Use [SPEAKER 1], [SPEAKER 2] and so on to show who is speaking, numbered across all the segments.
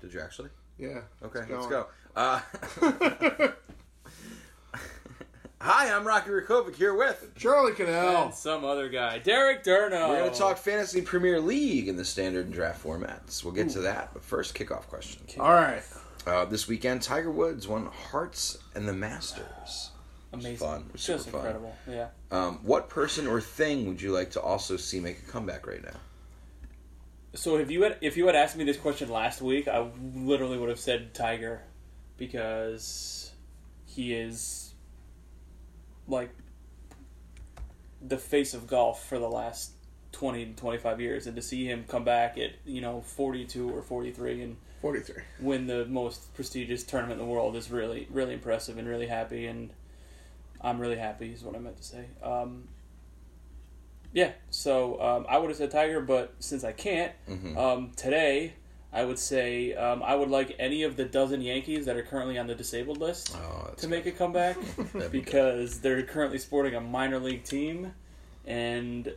[SPEAKER 1] Did you actually?
[SPEAKER 2] Yeah.
[SPEAKER 1] Okay,
[SPEAKER 2] it's
[SPEAKER 1] let's
[SPEAKER 2] going.
[SPEAKER 1] go. Uh, Hi, I'm Rocky Rakovic here with.
[SPEAKER 2] Charlie Cannell.
[SPEAKER 3] and some other guy. Derek Durno.
[SPEAKER 1] Oh. We're going to talk fantasy Premier League in the standard and draft formats. We'll get to that, but first, kickoff question.
[SPEAKER 2] All right.
[SPEAKER 1] Uh, this weekend, Tiger Woods won Hearts and the Masters.
[SPEAKER 3] Amazing.
[SPEAKER 1] fun. It was
[SPEAKER 3] Just
[SPEAKER 1] super fun.
[SPEAKER 3] incredible. Yeah.
[SPEAKER 1] Um, what person or thing would you like to also see make a comeback right now?
[SPEAKER 3] So if you had if you had asked me this question last week, I literally would have said Tiger because he is like the face of golf for the last 20 to 25 years and to see him come back at, you know, 42 or 43 and
[SPEAKER 2] 43.
[SPEAKER 3] win the most prestigious tournament in the world is really really impressive and really happy and I'm really happy is what I meant to say. Um, yeah, so um, I would have said Tiger, but since I can't um, today, I would say um, I would like any of the dozen Yankees that are currently on the disabled list
[SPEAKER 1] Oh, that's
[SPEAKER 3] to make a comeback
[SPEAKER 1] That'd be good.
[SPEAKER 3] because they're currently sporting a minor league team, and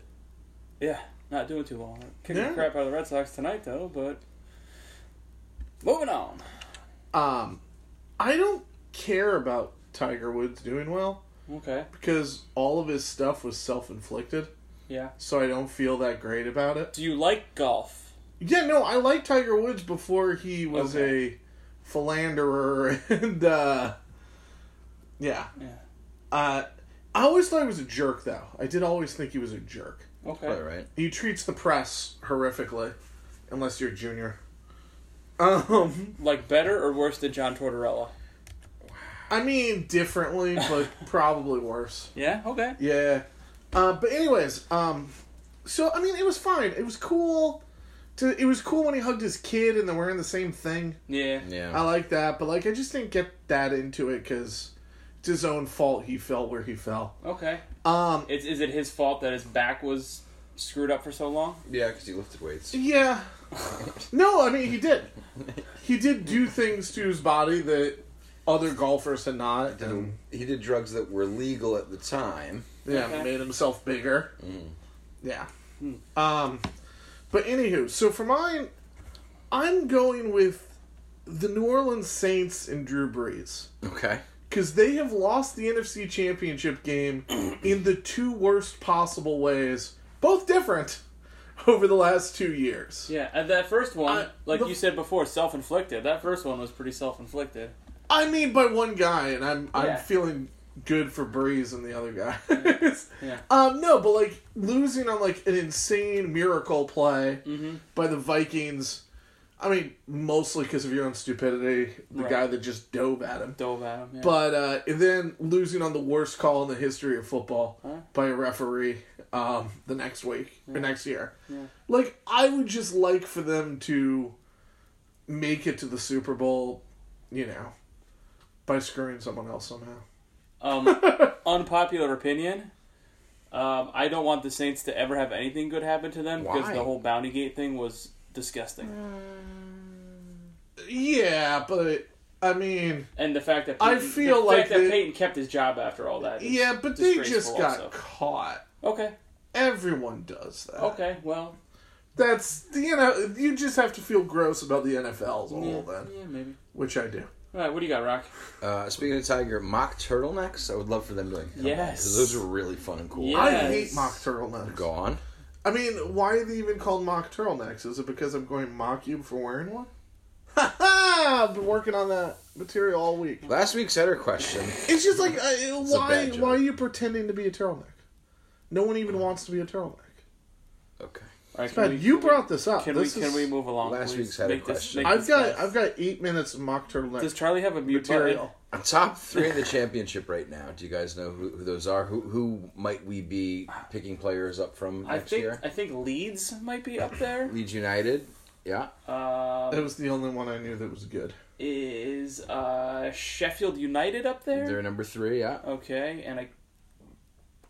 [SPEAKER 3] yeah, not doing too well. Kicking
[SPEAKER 2] Yeah.
[SPEAKER 3] the crap out of the Red Sox tonight though, but moving on.
[SPEAKER 2] Um, I don't care about Tiger Woods doing well
[SPEAKER 3] Okay.
[SPEAKER 2] because all of his stuff was self inflicted,
[SPEAKER 3] Yeah.
[SPEAKER 2] so I don't feel that great about it.
[SPEAKER 3] Do you like golf?
[SPEAKER 2] Yeah, no, I liked Tiger Woods before he was
[SPEAKER 3] Okay.
[SPEAKER 2] a philanderer and, uh, yeah.
[SPEAKER 3] Yeah.
[SPEAKER 2] Uh, I always thought he was a jerk, though. I did always think he was a jerk.
[SPEAKER 3] Okay.
[SPEAKER 1] All right.
[SPEAKER 2] He treats the press horrifically, unless you're junior. Um,
[SPEAKER 3] Like better or worse than John Tortorella?
[SPEAKER 2] I mean, differently, but probably worse.
[SPEAKER 3] Yeah. Okay.
[SPEAKER 2] Yeah. Uh, but anyways, um, so I mean, it was fine. It was cool. To it was cool when he hugged his kid and they're wearing the same thing.
[SPEAKER 3] Yeah.
[SPEAKER 1] Yeah.
[SPEAKER 2] I like that, but like I just didn't get that into it because it's his own fault. He fell where he fell.
[SPEAKER 3] Okay.
[SPEAKER 2] Um,
[SPEAKER 3] It's, is it his fault that his back was screwed up for so long?
[SPEAKER 1] yeah, because he lifted weights.
[SPEAKER 2] yeah. No, I mean he did. He did do things to his body that other golfers had not, and
[SPEAKER 1] He did drugs that were legal at the time.
[SPEAKER 2] Yeah,
[SPEAKER 3] Okay.
[SPEAKER 2] made himself bigger. Mm. Yeah. Um, but anywho, so for mine, I'm going with the New Orleans Saints and Drew Brees
[SPEAKER 1] Okay.
[SPEAKER 2] because they have lost the NFC Championship game in the two worst possible ways, both different over the last two years.
[SPEAKER 3] Yeah. And that first one,
[SPEAKER 2] I-
[SPEAKER 3] like
[SPEAKER 2] the-
[SPEAKER 3] you said before, self inflicted. That first one was pretty self inflicted.
[SPEAKER 2] I mean, by one guy, and I'm I'm
[SPEAKER 3] Yeah.
[SPEAKER 2] feeling good for Breeze and the other guy.
[SPEAKER 3] Yeah.
[SPEAKER 2] Um, no, but like losing on like an insane miracle play
[SPEAKER 3] Mm-hmm.
[SPEAKER 2] by the Vikings. I mean, mostly because of your own stupidity, the
[SPEAKER 3] Right.
[SPEAKER 2] guy that just dove at him.
[SPEAKER 3] Dove at him. Yeah.
[SPEAKER 2] But uh, and then losing on the worst call in the history of football by a referee um, the next week or next year. Like, I would just like for them to make it to the Super Bowl, you know, by screwing someone else somehow.
[SPEAKER 3] Um, unpopular opinion. Um, I don't want the Saints to ever have anything good happen to them because
[SPEAKER 1] Why?
[SPEAKER 3] the whole bounty gate thing was disgusting,
[SPEAKER 2] Yeah, but I mean,
[SPEAKER 3] and the fact that
[SPEAKER 2] I
[SPEAKER 3] Peyton-
[SPEAKER 2] feel
[SPEAKER 3] the
[SPEAKER 2] like
[SPEAKER 3] fact that
[SPEAKER 2] they-
[SPEAKER 3] Peyton kept his job after all that. is
[SPEAKER 2] yeah, but they just
[SPEAKER 3] disgraceful
[SPEAKER 2] got
[SPEAKER 3] also.
[SPEAKER 2] caught.
[SPEAKER 3] okay.
[SPEAKER 2] Everyone does that.
[SPEAKER 3] Okay. Well,
[SPEAKER 2] That's you know you just have to feel gross about the NFL as a whole then,
[SPEAKER 3] yeah, maybe.
[SPEAKER 2] which I do.
[SPEAKER 3] All right, what do you got, Rock?
[SPEAKER 1] Uh, speaking of Tiger, mock turtlenecks. I would love for them to. Like, come back, 'cause
[SPEAKER 3] Yes.
[SPEAKER 1] those are really fun and cool.
[SPEAKER 3] Yeah.
[SPEAKER 2] I
[SPEAKER 3] Yes.
[SPEAKER 2] hate mock turtlenecks.
[SPEAKER 1] Go on.
[SPEAKER 2] I mean, why are they even called mock turtlenecks? Is it because I'm going to mock you for wearing one? Ha ha! I've been working on that material all week.
[SPEAKER 1] Last week's header question.
[SPEAKER 2] It's just like, I,
[SPEAKER 1] a
[SPEAKER 2] why?
[SPEAKER 1] bad joke.
[SPEAKER 2] Why are you pretending to be a turtleneck? No one even wants to be a turtleneck.
[SPEAKER 1] Okay.
[SPEAKER 3] All right,
[SPEAKER 2] Matt, you brought this up.
[SPEAKER 3] Can
[SPEAKER 2] This
[SPEAKER 3] we
[SPEAKER 2] is-
[SPEAKER 3] can we move along?
[SPEAKER 1] Last
[SPEAKER 3] please?
[SPEAKER 1] week's had a
[SPEAKER 3] Make this-
[SPEAKER 1] question.
[SPEAKER 3] make
[SPEAKER 2] I've
[SPEAKER 3] this
[SPEAKER 2] got
[SPEAKER 3] fast.
[SPEAKER 2] I've got eight minutes of mock turtleneck
[SPEAKER 3] Does Charlie have a mute
[SPEAKER 2] material.
[SPEAKER 1] I'm top three in the championship right now. Do you guys know who, who those are? Who, who might we be picking players up from
[SPEAKER 3] button? I
[SPEAKER 1] next
[SPEAKER 3] think
[SPEAKER 1] year?
[SPEAKER 3] I think Leeds might be up there.
[SPEAKER 1] Leeds United. Yeah.
[SPEAKER 3] Um,
[SPEAKER 2] That was the only one I knew that was good.
[SPEAKER 3] is uh, Sheffield United up there?
[SPEAKER 1] They're number three. Yeah.
[SPEAKER 3] okay, and I.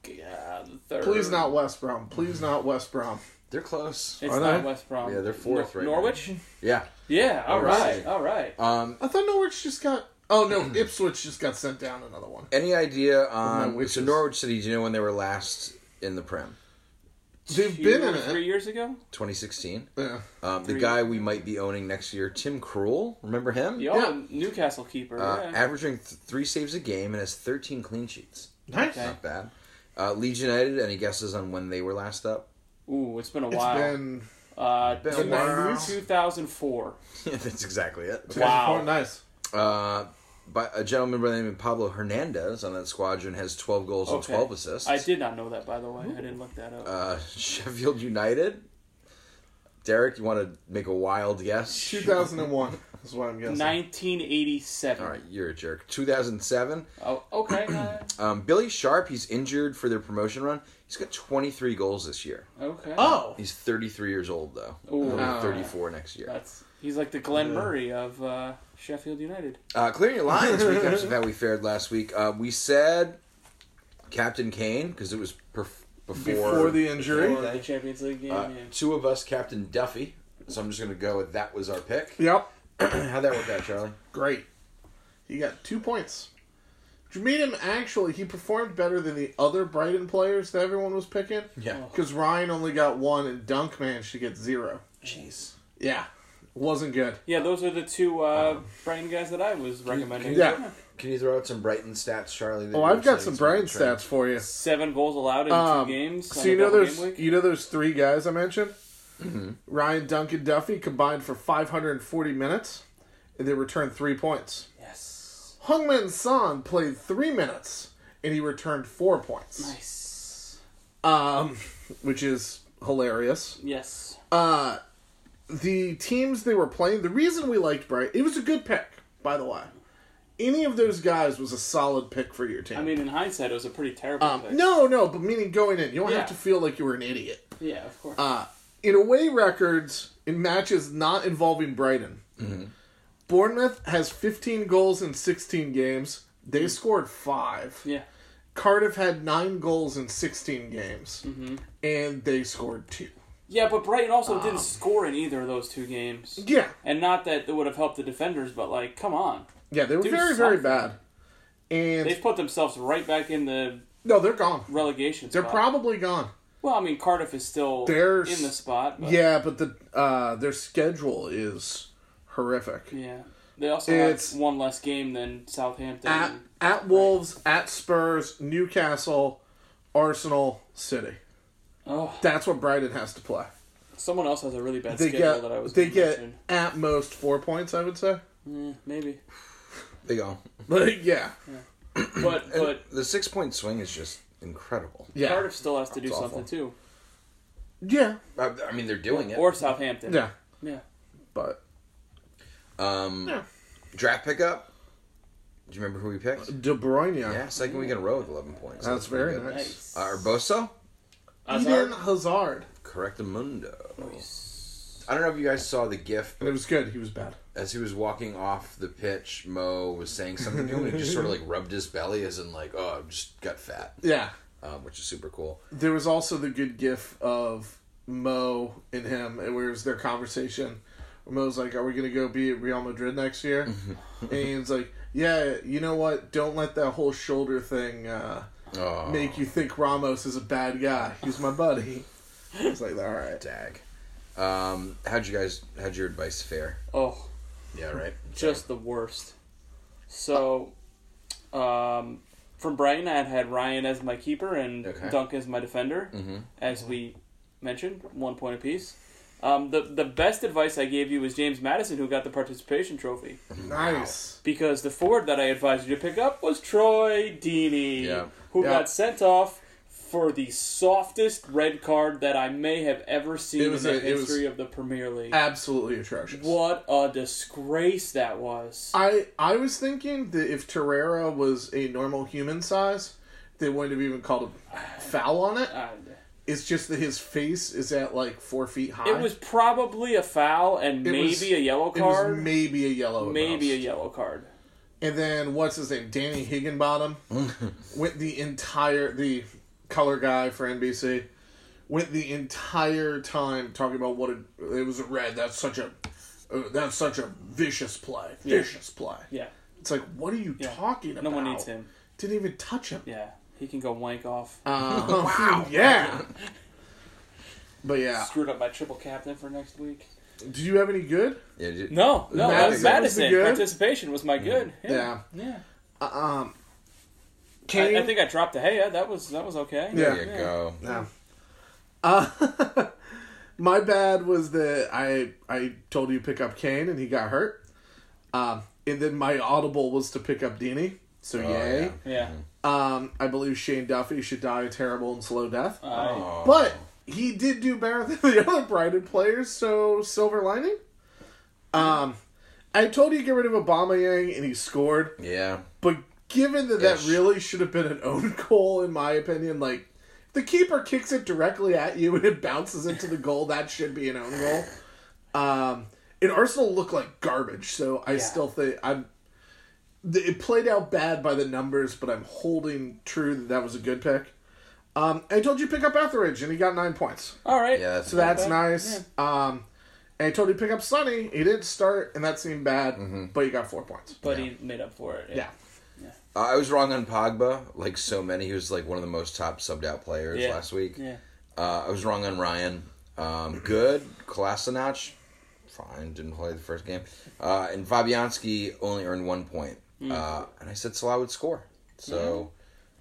[SPEAKER 3] Yeah, the third.
[SPEAKER 2] Please not West Brom. Please not West Brom.
[SPEAKER 1] They're close.
[SPEAKER 3] It's
[SPEAKER 2] Are
[SPEAKER 3] not
[SPEAKER 2] they?
[SPEAKER 3] West Brom.
[SPEAKER 1] Yeah, they're fourth
[SPEAKER 3] Nor-
[SPEAKER 1] right now.
[SPEAKER 3] Norwich.
[SPEAKER 1] Yeah.
[SPEAKER 3] Yeah. All
[SPEAKER 1] Norwich
[SPEAKER 3] right.
[SPEAKER 1] City.
[SPEAKER 3] All right.
[SPEAKER 1] Um,
[SPEAKER 2] I thought Norwich just got. Oh no, Ipswich just got sent down another one.
[SPEAKER 1] any idea
[SPEAKER 2] my
[SPEAKER 1] on
[SPEAKER 2] wishes.
[SPEAKER 1] so Norwich City? Do you know when they were last in the Prem?
[SPEAKER 2] They've
[SPEAKER 3] Two
[SPEAKER 2] been
[SPEAKER 3] or
[SPEAKER 2] in it.
[SPEAKER 3] three years ago.
[SPEAKER 1] 2016.
[SPEAKER 2] Yeah.
[SPEAKER 1] Um, the
[SPEAKER 3] Three.
[SPEAKER 1] guy we might be owning next year, Tim Krul. Remember him?
[SPEAKER 3] Y'all
[SPEAKER 2] Yeah.
[SPEAKER 3] Newcastle keeper.
[SPEAKER 1] Uh,
[SPEAKER 3] yeah.
[SPEAKER 1] averaging th- three saves a game and has 13 clean sheets.
[SPEAKER 2] Nice.
[SPEAKER 3] Okay.
[SPEAKER 1] Not bad. Uh, Leeds United. Any guesses on when they were last up?
[SPEAKER 3] Ooh, it's been a
[SPEAKER 2] It's
[SPEAKER 3] while.
[SPEAKER 2] been
[SPEAKER 3] uh,
[SPEAKER 1] been a
[SPEAKER 3] two-
[SPEAKER 2] while.
[SPEAKER 3] 2004.
[SPEAKER 1] That's exactly it.
[SPEAKER 2] it's
[SPEAKER 3] Wow.
[SPEAKER 2] been quite nice.
[SPEAKER 1] Uh, but a gentleman by the name of Pablo Hernandez on that squadron has 12 goals and
[SPEAKER 3] Okay.
[SPEAKER 1] 12 assists.
[SPEAKER 3] I did not know that, by the way. I didn't look that up.
[SPEAKER 1] Uh, Sheffield United. Derek, you want to make a wild guess?
[SPEAKER 2] 2001 is what I'm guessing.
[SPEAKER 3] 1987.
[SPEAKER 1] All right, you're a jerk. 2007.
[SPEAKER 3] Oh, okay. uh,
[SPEAKER 1] Um, Billy Sharp, he's injured for their promotion run. He's got 23 goals this year.
[SPEAKER 3] okay.
[SPEAKER 2] Oh,
[SPEAKER 1] He's 33 years old, though.
[SPEAKER 3] Ooh.
[SPEAKER 1] He'll be
[SPEAKER 2] Wow.
[SPEAKER 1] 34 next year.
[SPEAKER 3] That's he's like the Glenn Murray of uh, Sheffield United.
[SPEAKER 1] Uh, clearing your lines recaps of how we fared last week. Uh, we said Captain Kane because it was perf- before,
[SPEAKER 2] before the injury.
[SPEAKER 3] Or the Champions League game.
[SPEAKER 1] Uh,
[SPEAKER 3] yeah.
[SPEAKER 1] two of us, Captain Duffy. So I'm just gonna go with that was our pick.
[SPEAKER 2] Yep.
[SPEAKER 1] How'd that work out, Charlie?
[SPEAKER 2] Great. He got two points. Jermaine actually he performed better than the other Brighton players that everyone was picking.
[SPEAKER 3] Oh.
[SPEAKER 1] Yeah.
[SPEAKER 2] Because Ryan only got one and Dunk managed to get zero.
[SPEAKER 1] Jeez.
[SPEAKER 2] Yeah. Wasn't good.
[SPEAKER 3] Yeah, those are the two uh, Brighton guys that I was recommending.
[SPEAKER 2] Um, Yeah.
[SPEAKER 1] Can you throw out some Brighton stats, Charlie? that
[SPEAKER 2] Oh,
[SPEAKER 1] you
[SPEAKER 2] I've
[SPEAKER 1] were
[SPEAKER 2] got
[SPEAKER 1] saying
[SPEAKER 2] some
[SPEAKER 1] to me
[SPEAKER 2] Brighton
[SPEAKER 1] to try
[SPEAKER 2] stats for you.
[SPEAKER 3] Seven goals allowed in
[SPEAKER 2] Um,
[SPEAKER 3] two games. on
[SPEAKER 2] So you
[SPEAKER 3] a
[SPEAKER 2] know
[SPEAKER 3] double
[SPEAKER 2] those
[SPEAKER 3] game week.
[SPEAKER 2] you know those three guys I mentioned, Mm-hmm. Ryan, Dunk, and Duffy combined for 540 minutes, and they returned three points.
[SPEAKER 3] Yes.
[SPEAKER 2] Hungman Son played three minutes, and he returned four points,
[SPEAKER 3] Nice.
[SPEAKER 2] um, which is hilarious.
[SPEAKER 3] Yes.
[SPEAKER 2] Uh, the teams they were playing, the reason we liked Bright, it was a good pick, by the way. Any of those guys was a solid pick for your team.
[SPEAKER 3] I mean, in hindsight, it was a pretty terrible
[SPEAKER 2] um,
[SPEAKER 3] pick.
[SPEAKER 2] no, no, but meaning going in, you don't
[SPEAKER 3] Yeah.
[SPEAKER 2] have to feel like you were an idiot.
[SPEAKER 3] Yeah, of course.
[SPEAKER 2] Uh, in away records in matches not involving Brighton, Bournemouth has 15 goals in 16 games. They scored five.
[SPEAKER 3] yeah.
[SPEAKER 2] Cardiff had nine goals in 16 games,
[SPEAKER 3] Mm-hmm.
[SPEAKER 2] and they scored two.
[SPEAKER 3] Yeah, but Brighton also
[SPEAKER 2] uh,
[SPEAKER 3] didn't score in either of those two games.
[SPEAKER 2] Yeah,
[SPEAKER 3] And not that it would have helped the defenders, but like, come on.
[SPEAKER 2] yeah, they were
[SPEAKER 3] Dude,
[SPEAKER 2] very, very
[SPEAKER 3] something.
[SPEAKER 2] bad. And
[SPEAKER 3] They've put themselves right back in the
[SPEAKER 2] no, they're gone.
[SPEAKER 3] relegation
[SPEAKER 2] They're
[SPEAKER 3] spot.
[SPEAKER 2] probably gone.
[SPEAKER 3] well, I mean, Cardiff is still
[SPEAKER 2] They're
[SPEAKER 3] in the
[SPEAKER 2] s-
[SPEAKER 3] spot. But,
[SPEAKER 2] Yeah, but the uh, their schedule is horrific.
[SPEAKER 3] Yeah. They also
[SPEAKER 2] It's-
[SPEAKER 3] have one less game than Southampton.
[SPEAKER 2] At at Wolves, at Spurs, Newcastle, Arsenal, City.
[SPEAKER 3] oh,
[SPEAKER 2] That's what Brighton has to play.
[SPEAKER 3] someone else has a really bad
[SPEAKER 2] They
[SPEAKER 3] schedule
[SPEAKER 2] get
[SPEAKER 3] that I was
[SPEAKER 2] they
[SPEAKER 3] gonna
[SPEAKER 2] get
[SPEAKER 3] mention.
[SPEAKER 2] at most four points. I would say.
[SPEAKER 3] Yeah, maybe.
[SPEAKER 1] you. They go.
[SPEAKER 2] Like yeah,
[SPEAKER 3] But but
[SPEAKER 1] The six point swing is just incredible.
[SPEAKER 2] yeah,
[SPEAKER 3] Cardiff still has to do
[SPEAKER 1] That's awful.
[SPEAKER 3] something too,
[SPEAKER 2] yeah,
[SPEAKER 1] I, Uh, I mean, they're doing it.
[SPEAKER 3] or Southampton.
[SPEAKER 2] yeah.
[SPEAKER 3] Yeah.
[SPEAKER 2] But
[SPEAKER 1] um,
[SPEAKER 2] Yeah.
[SPEAKER 1] draft pickup. Do you remember who we picked?
[SPEAKER 2] De Bruyne,
[SPEAKER 1] Yeah, second week in a row with 11 points.
[SPEAKER 2] Uh, that's
[SPEAKER 1] pretty
[SPEAKER 2] very
[SPEAKER 1] good.
[SPEAKER 2] nice.
[SPEAKER 1] Uh, Urboso,
[SPEAKER 2] Eden
[SPEAKER 3] Hazard.
[SPEAKER 2] Hazard,
[SPEAKER 1] Correctamundo. I don't know if you guys saw the GIF,
[SPEAKER 2] and it was good. He was bad.
[SPEAKER 1] as he was walking off the pitch, Mo was saying something to him, and he just sort of like rubbed his belly, as in like, "Oh, I just got fat,"
[SPEAKER 2] Yeah.
[SPEAKER 1] um, which is super cool.
[SPEAKER 2] There was also the good gif of Mo and him, and where it was their conversation. Mo's like, "Are we gonna go be at Real Madrid next year?" and he's like, "Yeah, you know what? Don't let that whole shoulder thing uh,
[SPEAKER 1] Oh,
[SPEAKER 2] make you think Ramos is a bad guy. He's my buddy." I was like, "All right."
[SPEAKER 1] dag. Um, how'd you guys? How'd your advice fare?
[SPEAKER 3] Oh,
[SPEAKER 1] Yeah, right.
[SPEAKER 3] just the worst. So, um, from Brighton, I had had Ryan as my keeper and
[SPEAKER 1] Okay.
[SPEAKER 3] Dunk as my defender,
[SPEAKER 2] Mm-hmm.
[SPEAKER 3] as we mentioned, one point apiece. Um, the the best advice I gave you was James Madison, who got the participation trophy,
[SPEAKER 2] Nice.
[SPEAKER 3] because the forward that I advised you to pick up was Troy Deeney,
[SPEAKER 1] Yeah.
[SPEAKER 3] who
[SPEAKER 2] Yeah.
[SPEAKER 3] got sent off for the softest red card that I may have ever seen
[SPEAKER 2] It
[SPEAKER 3] in
[SPEAKER 2] was
[SPEAKER 3] the
[SPEAKER 2] a- it was-
[SPEAKER 3] history of the Premier League.
[SPEAKER 2] Absolutely atrocious.
[SPEAKER 3] What a disgrace that was.
[SPEAKER 2] I I was thinking that if Terrera was a normal human size, they wouldn't have even called a foul on it.
[SPEAKER 3] I-
[SPEAKER 2] It's just that his face is at like four feet high.
[SPEAKER 3] it was probably a foul and
[SPEAKER 2] It
[SPEAKER 3] maybe
[SPEAKER 2] was-
[SPEAKER 3] a yellow
[SPEAKER 2] It was
[SPEAKER 3] card.
[SPEAKER 2] maybe a yellow. at
[SPEAKER 3] maybe a
[SPEAKER 2] most.
[SPEAKER 3] yellow card.
[SPEAKER 2] And then what's his name? Danny Higginbottom went the entire the color guy for NBC went the entire time talking about what it, it was a red. That's such a uh, that's such a vicious play. Vicious play.
[SPEAKER 3] Yeah.
[SPEAKER 2] It's like what are you
[SPEAKER 3] Yeah.
[SPEAKER 2] talking about?
[SPEAKER 3] No one needs him.
[SPEAKER 2] Didn't even touch him.
[SPEAKER 3] Yeah. He can go wank off.
[SPEAKER 2] Uh, wow. Yeah. But yeah,
[SPEAKER 3] Screwed up my triple captain for next week.
[SPEAKER 2] do you have any good?
[SPEAKER 1] Yeah, did-
[SPEAKER 3] No, no, that was
[SPEAKER 2] Madison.
[SPEAKER 3] Madison.
[SPEAKER 2] Was the good?
[SPEAKER 3] Participation was my good. Yeah. Yeah.
[SPEAKER 2] Um,
[SPEAKER 3] I,
[SPEAKER 2] Kane.
[SPEAKER 3] I think I dropped the hey, yeah, that was that was okay.
[SPEAKER 2] Yeah.
[SPEAKER 1] There you go.
[SPEAKER 2] Yeah. Uh, my bad was that I I told you pick up Kane and he got hurt. Um, and then my audible was to pick up Dini. So yay.
[SPEAKER 1] yeah.
[SPEAKER 3] Yeah.
[SPEAKER 2] Um, I believe Shane Duffy should die a terrible and slow death.
[SPEAKER 3] Uh,
[SPEAKER 1] Oh.
[SPEAKER 2] But he did do better than the other Brighton players, so silver lining. Um, I told you to get rid of Aubameyang, and he scored.
[SPEAKER 1] Yeah.
[SPEAKER 2] But given that that
[SPEAKER 1] Ish.
[SPEAKER 2] really should have been an own goal, in my opinion, like the keeper kicks it directly at you and it bounces into the goal, that should be an own goal. Um, and Arsenal looked like garbage, so I still think I'm. th- It played out bad by the numbers, but I'm holding true that that was a good pick. Um, I told you pick up Etheridge, and he got nine points.
[SPEAKER 3] all right.
[SPEAKER 1] Yeah, that's
[SPEAKER 2] So that's
[SPEAKER 3] bad.
[SPEAKER 2] nice. Um, and I told you pick up Sonny. He didn't start, and that seemed bad, but he got four points.
[SPEAKER 3] But he made up for it.
[SPEAKER 2] Yeah.
[SPEAKER 1] Uh, I was wrong on Pogba, like so many. He was like one of the most top subbed out players
[SPEAKER 3] Yeah.
[SPEAKER 1] last week.
[SPEAKER 3] Yeah.
[SPEAKER 1] Uh, I was wrong on Ryan. Um, good. Kolasinac, fine. Didn't play the first game. Uh, and Fabianski only earned one point. Uh, and I said Salah would score. So,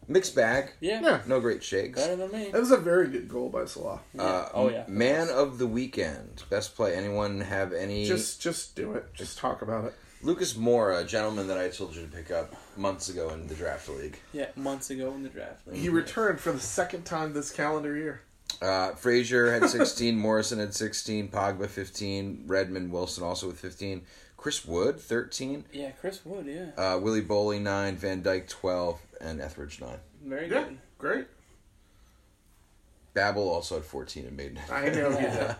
[SPEAKER 1] mixed bag.
[SPEAKER 3] Hmm. Yeah.
[SPEAKER 2] Yeah. Uh,
[SPEAKER 1] No great shakes.
[SPEAKER 3] Better than me.
[SPEAKER 2] That was a very good goal by Salah.
[SPEAKER 1] Uh,
[SPEAKER 3] Oh, yeah.
[SPEAKER 1] Man of the weekend. Best play. Anyone have any?
[SPEAKER 2] Just, just do it. Just talk about it.
[SPEAKER 1] Lucas Mora, a gentleman that I told you to pick up months ago in the draft league.
[SPEAKER 3] Yeah, months ago in the draft.
[SPEAKER 2] He returned for the second time this calendar year.
[SPEAKER 1] Uh, Frazier had 16, Morrison had 16, Pogba 15, Redmond Wilson also with 15, Chris Wood 13,
[SPEAKER 3] Yeah, Chris Wood, yeah.
[SPEAKER 1] uh, Willie Bowley 9, Van Dyke 12, and Etheridge 9.
[SPEAKER 3] Very good.
[SPEAKER 2] great.
[SPEAKER 1] Babel also had 14 and made
[SPEAKER 2] I know he did.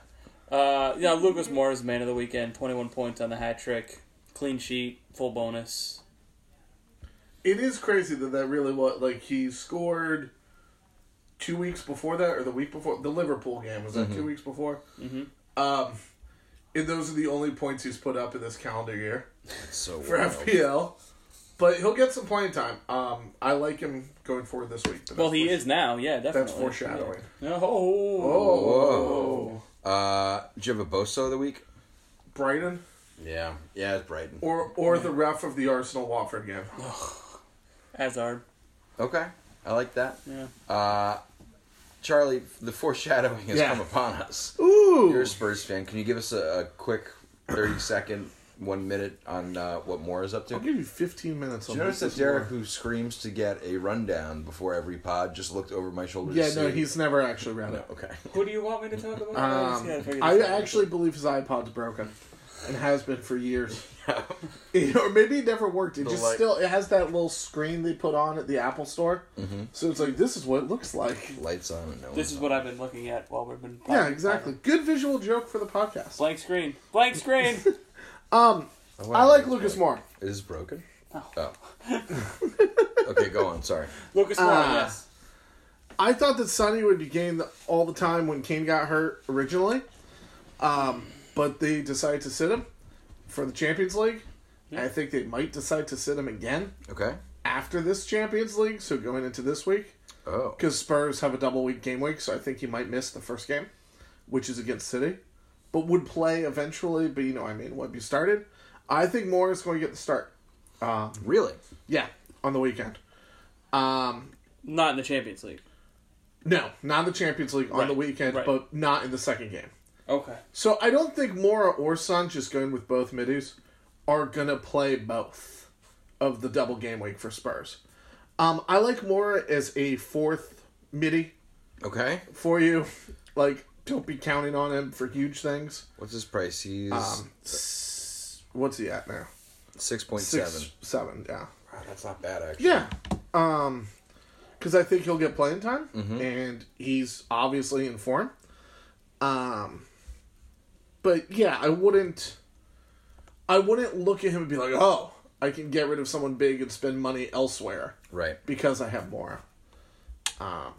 [SPEAKER 3] Uh, yeah, Lucas Moore is man of the weekend. 21 points on the hat trick. Clean sheet, full bonus.
[SPEAKER 2] It is crazy that that really what like he scored two weeks before that or the week before the Liverpool game was that two weeks before. Mm-hmm. Um, and those are the only points he's put up in this calendar year
[SPEAKER 1] so
[SPEAKER 2] for
[SPEAKER 1] wild.
[SPEAKER 2] FPL. But he'll get some playing time. Um, I like him going forward this week. but
[SPEAKER 3] Well,
[SPEAKER 2] that's
[SPEAKER 3] he
[SPEAKER 2] fore-
[SPEAKER 3] is now. Yeah, definitely.
[SPEAKER 2] That's foreshadowing.
[SPEAKER 3] Yeah. Oh.
[SPEAKER 2] Oh,
[SPEAKER 1] Uh, did you have a Boso of the week?
[SPEAKER 2] Brighton.
[SPEAKER 1] Yeah. Yeah, it's Brighton.
[SPEAKER 2] or or the ref of the Arsenal Watford game.
[SPEAKER 3] Hazard.
[SPEAKER 1] Okay. I like that.
[SPEAKER 3] Yeah.
[SPEAKER 1] Uh, Charlie, the foreshadowing has
[SPEAKER 2] Yeah.
[SPEAKER 1] come upon us. You're a
[SPEAKER 2] Ooh,
[SPEAKER 1] Spurs fan. Can you give us a, a quick 30 second, one minute on uh, what Moore is up to?
[SPEAKER 2] I'll give you fifteen minutes.
[SPEAKER 1] Do
[SPEAKER 2] on
[SPEAKER 1] you notice
[SPEAKER 2] this
[SPEAKER 1] that Derek,
[SPEAKER 2] one.
[SPEAKER 1] who screams to get a rundown before every pod, just looked over my shoulder? to
[SPEAKER 2] Yeah, no,
[SPEAKER 1] see-
[SPEAKER 2] he's never actually read
[SPEAKER 1] no.
[SPEAKER 2] it.
[SPEAKER 1] Okay.
[SPEAKER 3] Who do you want me to talk about? I just Oh, gotta
[SPEAKER 2] Um,
[SPEAKER 3] figure
[SPEAKER 2] I
[SPEAKER 3] this out.
[SPEAKER 2] actually believe his iPod's broken, and has been for years. or maybe it never worked. It just
[SPEAKER 1] light.
[SPEAKER 2] still it has that little screen they put on at the Apple Store.
[SPEAKER 3] Mm-hmm.
[SPEAKER 2] So it's like this is what it looks like.
[SPEAKER 1] Lights on and no.
[SPEAKER 3] This
[SPEAKER 1] one's
[SPEAKER 3] is
[SPEAKER 1] on.
[SPEAKER 3] what I've been looking at while we've been.
[SPEAKER 2] Yeah,
[SPEAKER 3] uh,
[SPEAKER 2] exactly. Good visual joke for the podcast.
[SPEAKER 3] Blank screen. Blank screen.
[SPEAKER 1] Oh, wow,
[SPEAKER 2] I like
[SPEAKER 1] it's
[SPEAKER 2] Lucas
[SPEAKER 1] broken.
[SPEAKER 2] Moore.
[SPEAKER 1] It is broken. Oh. okay, go on. Sorry.
[SPEAKER 3] Lucas Moore.
[SPEAKER 2] Ah.
[SPEAKER 3] yes.
[SPEAKER 2] I thought that Sonny would be game the, all the time when Kane got hurt originally, um, but they decided to sit him for the Champions League. I think they might decide to sit him again
[SPEAKER 1] Okay.
[SPEAKER 2] after this Champions League, so going into this week,
[SPEAKER 1] Oh.
[SPEAKER 2] because Spurs have a double week game week, so I think he might miss the first game, which is against City, but would play eventually. But you know, I mean, would be started. I think Moore is going to get the start.
[SPEAKER 1] Really?
[SPEAKER 2] Yeah, on the weekend. Um,
[SPEAKER 3] Not in the Champions League.
[SPEAKER 2] no, not in the Champions League on
[SPEAKER 3] Right,
[SPEAKER 2] the weekend,
[SPEAKER 3] right.
[SPEAKER 2] but not in the second game.
[SPEAKER 3] Okay.
[SPEAKER 2] So I don't think Mora or Sanchez going with both middies are gonna play both of the double game week for Spurs. Um, I like Mora as a fourth midi
[SPEAKER 1] Okay.
[SPEAKER 2] for you. Like, don't be counting on him for huge things.
[SPEAKER 1] What's his price? He's
[SPEAKER 2] Um, s- what's he at now?
[SPEAKER 1] six point
[SPEAKER 2] Six,
[SPEAKER 1] seven.
[SPEAKER 2] seven, yeah.
[SPEAKER 1] Wow, that's not bad actually.
[SPEAKER 2] Yeah. Um, because I think he'll get playing time, and he's obviously in form. Um, but yeah, I wouldn't. I wouldn't look at him and be like, "Oh, I can get rid of someone big and spend money elsewhere
[SPEAKER 1] Right.
[SPEAKER 2] because I have more." Um,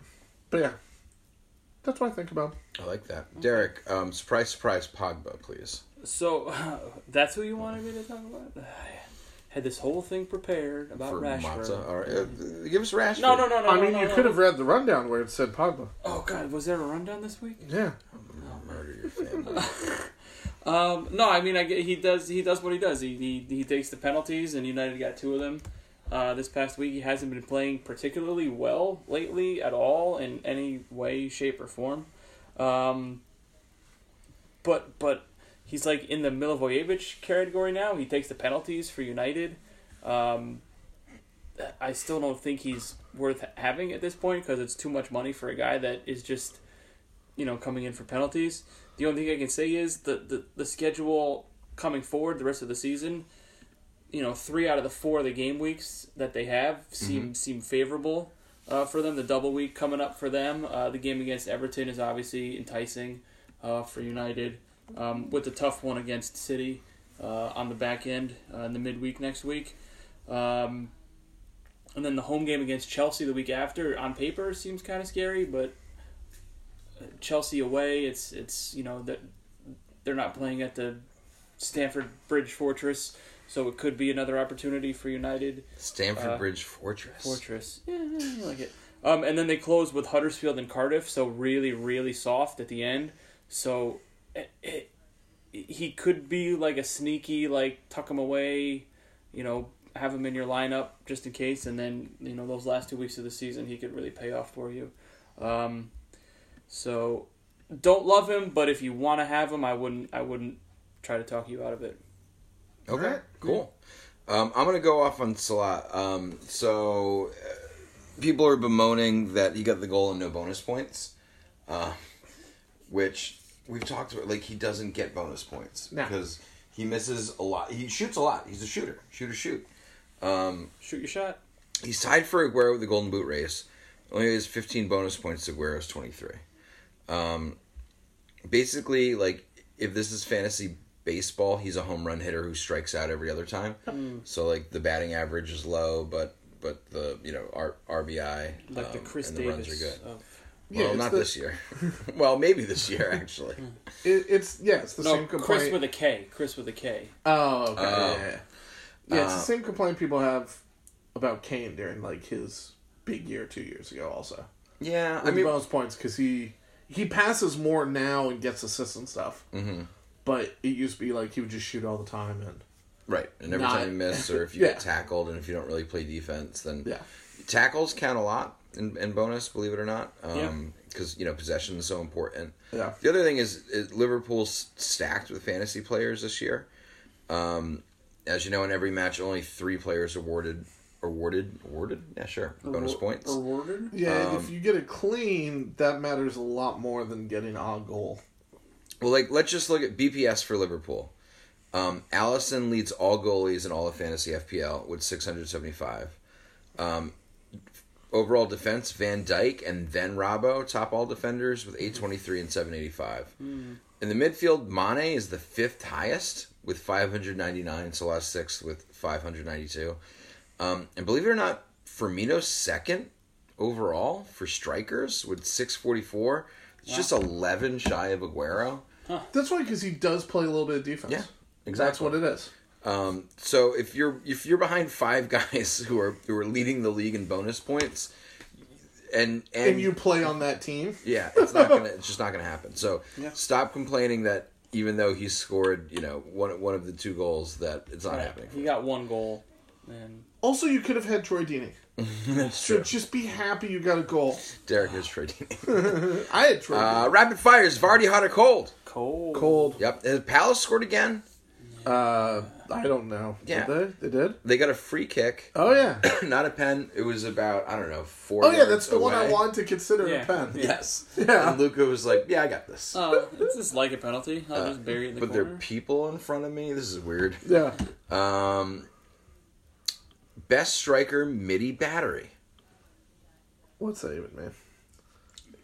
[SPEAKER 2] but yeah, that's what I think about.
[SPEAKER 1] I
[SPEAKER 2] him.
[SPEAKER 1] like that. Derek, um, surprise, surprise, Pogba, please.
[SPEAKER 3] So that's who you wanted me to talk about. I had this whole thing prepared about
[SPEAKER 1] For
[SPEAKER 3] Rashford.
[SPEAKER 1] Matza. All right. Uh, give us Rashford.
[SPEAKER 3] No, no, no, no.
[SPEAKER 2] I mean,
[SPEAKER 3] Oh, no,
[SPEAKER 2] you
[SPEAKER 3] no.
[SPEAKER 2] could have read the rundown where it said Pogba.
[SPEAKER 3] Oh God, was there a rundown this week?
[SPEAKER 2] Yeah,
[SPEAKER 1] I'll murder your family.
[SPEAKER 3] Um, no, I mean, I get, he does he does what he does. He, he he takes the penalties, and United got two of them uh, this past week. He hasn't been playing particularly well lately at all in any way, shape, or form. Um, but but he's like in the Milivojevic category now. He takes the penalties for United. Um, I still don't think he's worth having at this point because it's too much money for a guy that is just you know coming in for penalties. The only thing I can say is the, the, the schedule coming forward the rest of the season, you know, three out of the four of the game weeks that they have seem seem favorable uh, for them. The double week coming up for them. Uh, the game against Everton is obviously enticing uh, for United, um, with the tough one against City uh, on the back end uh, in the midweek next week. Um, and then the home game against Chelsea the week after, on paper, seems kind of scary, but Chelsea away, it's it's you know that they're not playing at the Stanford Bridge Fortress, so it could be another opportunity for United
[SPEAKER 1] Stamford
[SPEAKER 3] Uh,
[SPEAKER 1] Bridge Fortress.
[SPEAKER 3] Fortress. Yeah, I like it. Um, and then they close with Huddersfield and Cardiff, so really really soft at the end. So it, it, he could be like a sneaky like tuck him away, you know, have him in your lineup just in case, and then you know those last two weeks of the season he could really pay off for you. Um, so don't love him, but if you want to have him, I wouldn't. I wouldn't try to talk you out of it.
[SPEAKER 1] Okay,
[SPEAKER 2] Alright,
[SPEAKER 1] cool. Um, I'm gonna go off on Salah. Um, so uh, people are bemoaning that he got the goal and no bonus points, uh, which we've talked about. Like he doesn't get bonus points
[SPEAKER 2] No.
[SPEAKER 1] because he misses a lot. He shoots a lot. He's a shooter. Shooter, shoot. Um,
[SPEAKER 3] Shoot your shot.
[SPEAKER 1] he's tied for Aguero with the Golden Boot race. Only has 15 bonus points. to Aguero's 23. Um, basically, like if this is fantasy baseball, he's a home run hitter who strikes out every other time.
[SPEAKER 3] Hmm.
[SPEAKER 1] So like the batting average is low, but but the you know R- RBI
[SPEAKER 3] Like the
[SPEAKER 1] um,
[SPEAKER 3] Chris
[SPEAKER 1] and
[SPEAKER 3] Davis Oh.
[SPEAKER 1] runs are good.
[SPEAKER 3] of
[SPEAKER 2] Yeah,
[SPEAKER 1] well,
[SPEAKER 2] it's
[SPEAKER 1] not
[SPEAKER 2] the-
[SPEAKER 1] this year. well, maybe this year actually.
[SPEAKER 3] Hmm.
[SPEAKER 2] it, it's yeah, it's the
[SPEAKER 3] no
[SPEAKER 2] same complaint.
[SPEAKER 3] Chris with a K. Chris with a K.
[SPEAKER 2] Oh, okay.
[SPEAKER 1] Oh.
[SPEAKER 2] yeah, yeah. yeah. Yeah, it's the
[SPEAKER 1] um,
[SPEAKER 2] same complaint people have about Kane during like his big year two years ago. Also,
[SPEAKER 1] yeah, I
[SPEAKER 2] I mean
[SPEAKER 1] mean,
[SPEAKER 2] bonus points because he he passes more now and gets assists and stuff. Mm-hmm. But it used to be like he would just shoot all the time and
[SPEAKER 1] right. And every
[SPEAKER 2] Not-
[SPEAKER 1] time you miss, or if you
[SPEAKER 2] Yeah.
[SPEAKER 1] get tackled, and if you don't really play defense, then
[SPEAKER 2] yeah,
[SPEAKER 1] tackles count a lot in, in bonus, believe it or not, because
[SPEAKER 3] Yeah.
[SPEAKER 1] you know possession is so important.
[SPEAKER 2] Yeah.
[SPEAKER 1] The other thing is, is Liverpool's stacked with fantasy players this year. Um, as you know, in every match, only three players awarded, awarded, awarded. Yeah, sure, bonus points.
[SPEAKER 3] Rewarded.
[SPEAKER 2] yeah.
[SPEAKER 1] um,
[SPEAKER 2] and if you get it clean, that matters a lot more than getting a goal.
[SPEAKER 1] Well, like let's just look at BPS for Liverpool. Um, Allison leads all goalies in all of fantasy FPL with 675. Um, overall defense, Van Dyke and then Rabo top all defenders with 823 and 785. In the midfield, Mane is the fifth highest with 599, Salah sixth with 592. Um, and believe it or not, Firmino's second overall for strikers with 644. It's just 11 shy of Aguero.
[SPEAKER 2] That's why because he does play a little bit of defense.
[SPEAKER 1] Yeah,
[SPEAKER 2] That's
[SPEAKER 1] exactly.
[SPEAKER 2] what it is.
[SPEAKER 1] Um, so if you're if you're behind five guys who are who are leading the league in bonus points, and and,
[SPEAKER 2] And you play on that team.
[SPEAKER 1] yeah, it's not gonna it's just not gonna happen. So stop complaining that even though he scored you know one one of the two goals that it's not happening.
[SPEAKER 3] He got one goal, and
[SPEAKER 2] Also, you could have had Troy Deeney.
[SPEAKER 1] That's
[SPEAKER 2] So just be happy you got a goal.
[SPEAKER 1] Derek is trading.
[SPEAKER 2] I had Troy. Deeney.
[SPEAKER 1] Uh, rapid fires. Vardy hot or cold?
[SPEAKER 3] cold.
[SPEAKER 2] Cold.
[SPEAKER 1] Yep. Has Palace scored again?
[SPEAKER 2] Uh, I don't know.
[SPEAKER 1] Yeah.
[SPEAKER 2] Did they? They did?
[SPEAKER 1] They got a free kick.
[SPEAKER 2] Oh, yeah.
[SPEAKER 1] Not a pen. It was about I don't know four.
[SPEAKER 2] Oh, yeah,
[SPEAKER 1] yards
[SPEAKER 2] that's the one I
[SPEAKER 1] away.
[SPEAKER 2] wanted to consider
[SPEAKER 3] Yeah.
[SPEAKER 2] a pen.
[SPEAKER 3] Yeah.
[SPEAKER 1] Yes.
[SPEAKER 2] Yeah.
[SPEAKER 1] And Luca was like, "Yeah, I got this."
[SPEAKER 3] Oh, it's just like a penalty. I'll just bury it in the
[SPEAKER 1] Uh, but there are
[SPEAKER 3] corner.
[SPEAKER 1] people in front of me. This is weird.
[SPEAKER 2] Yeah.
[SPEAKER 1] Um, best striker, Mitty Battery.
[SPEAKER 2] What's that even mean?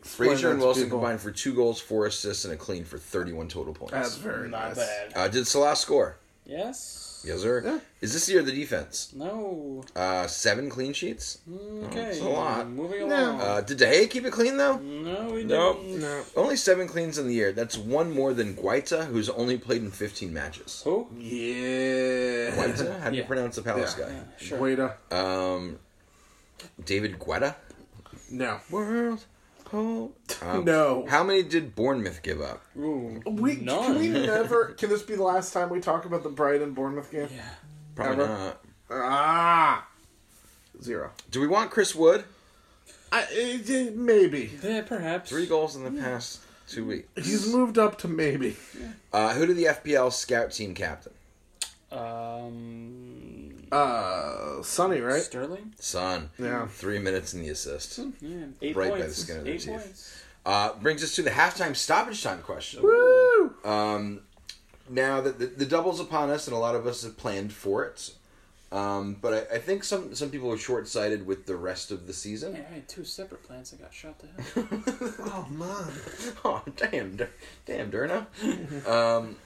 [SPEAKER 1] Frazier and
[SPEAKER 2] that to
[SPEAKER 1] Wilson
[SPEAKER 2] people.
[SPEAKER 1] combined for two goals, four assists, and a clean for 31 total
[SPEAKER 2] That's
[SPEAKER 1] points.
[SPEAKER 2] very
[SPEAKER 3] Not
[SPEAKER 2] nice.
[SPEAKER 3] bad.
[SPEAKER 1] Uh, did Salah score?
[SPEAKER 3] Yes.
[SPEAKER 1] Yes, sir.
[SPEAKER 2] Yeah.
[SPEAKER 1] Is this the year of the defense?
[SPEAKER 3] No.
[SPEAKER 1] Uh, seven clean sheets.
[SPEAKER 2] Hmm.
[SPEAKER 3] Okay.
[SPEAKER 1] that's a lot.
[SPEAKER 3] Moving
[SPEAKER 2] Yeah.
[SPEAKER 3] along.
[SPEAKER 1] Uh, did De Gea keep it clean though?
[SPEAKER 3] no, we
[SPEAKER 1] Nope.
[SPEAKER 3] didn't.
[SPEAKER 2] No.
[SPEAKER 1] Only seven cleans in the year. That's one more than Guaita, who's only played in 15 matches.
[SPEAKER 3] Who?
[SPEAKER 2] Yeah.
[SPEAKER 1] Guaita? How do you
[SPEAKER 3] Yeah.
[SPEAKER 1] pronounce the Palace
[SPEAKER 2] Yeah.
[SPEAKER 1] guy?
[SPEAKER 3] Sure.
[SPEAKER 2] Waiter.
[SPEAKER 1] Um, David Guetta.
[SPEAKER 2] No.
[SPEAKER 1] World. Oh. Um,
[SPEAKER 2] No.
[SPEAKER 1] How many did Bournemouth give up?
[SPEAKER 3] Ooh,
[SPEAKER 2] We,
[SPEAKER 3] none.
[SPEAKER 2] Can we never? Can this be the last time we talk about the Brighton Bournemouth game?
[SPEAKER 3] yeah.
[SPEAKER 1] Probably
[SPEAKER 2] Ever?
[SPEAKER 1] not.
[SPEAKER 2] Ah, zero.
[SPEAKER 1] Do we want Chris Wood?
[SPEAKER 2] I, it, it- maybe
[SPEAKER 3] Yeah, perhaps.
[SPEAKER 1] Three goals in the past two weeks.
[SPEAKER 2] he's moved up to maybe.
[SPEAKER 1] Uh, who did the FPL scout team captain?
[SPEAKER 3] Um,
[SPEAKER 2] Uh, Sunny, right?
[SPEAKER 3] Sterling.
[SPEAKER 1] Son.
[SPEAKER 2] Yeah.
[SPEAKER 1] Three minutes in the assist.
[SPEAKER 3] Yeah, eight
[SPEAKER 1] Right by
[SPEAKER 3] points.
[SPEAKER 1] the skin of their
[SPEAKER 3] eight
[SPEAKER 1] teeth.
[SPEAKER 3] points.
[SPEAKER 1] Uh, brings us to the halftime stoppage time question.
[SPEAKER 2] Woo!
[SPEAKER 1] Um, now that the, the double's upon us, and a lot of us have planned for it. Um, but I, I think some some people are short sighted with the rest of the season.
[SPEAKER 3] Yeah, I had two separate plans that got shot to hell.
[SPEAKER 2] Oh man,
[SPEAKER 1] oh damn Dur- damn Durno. um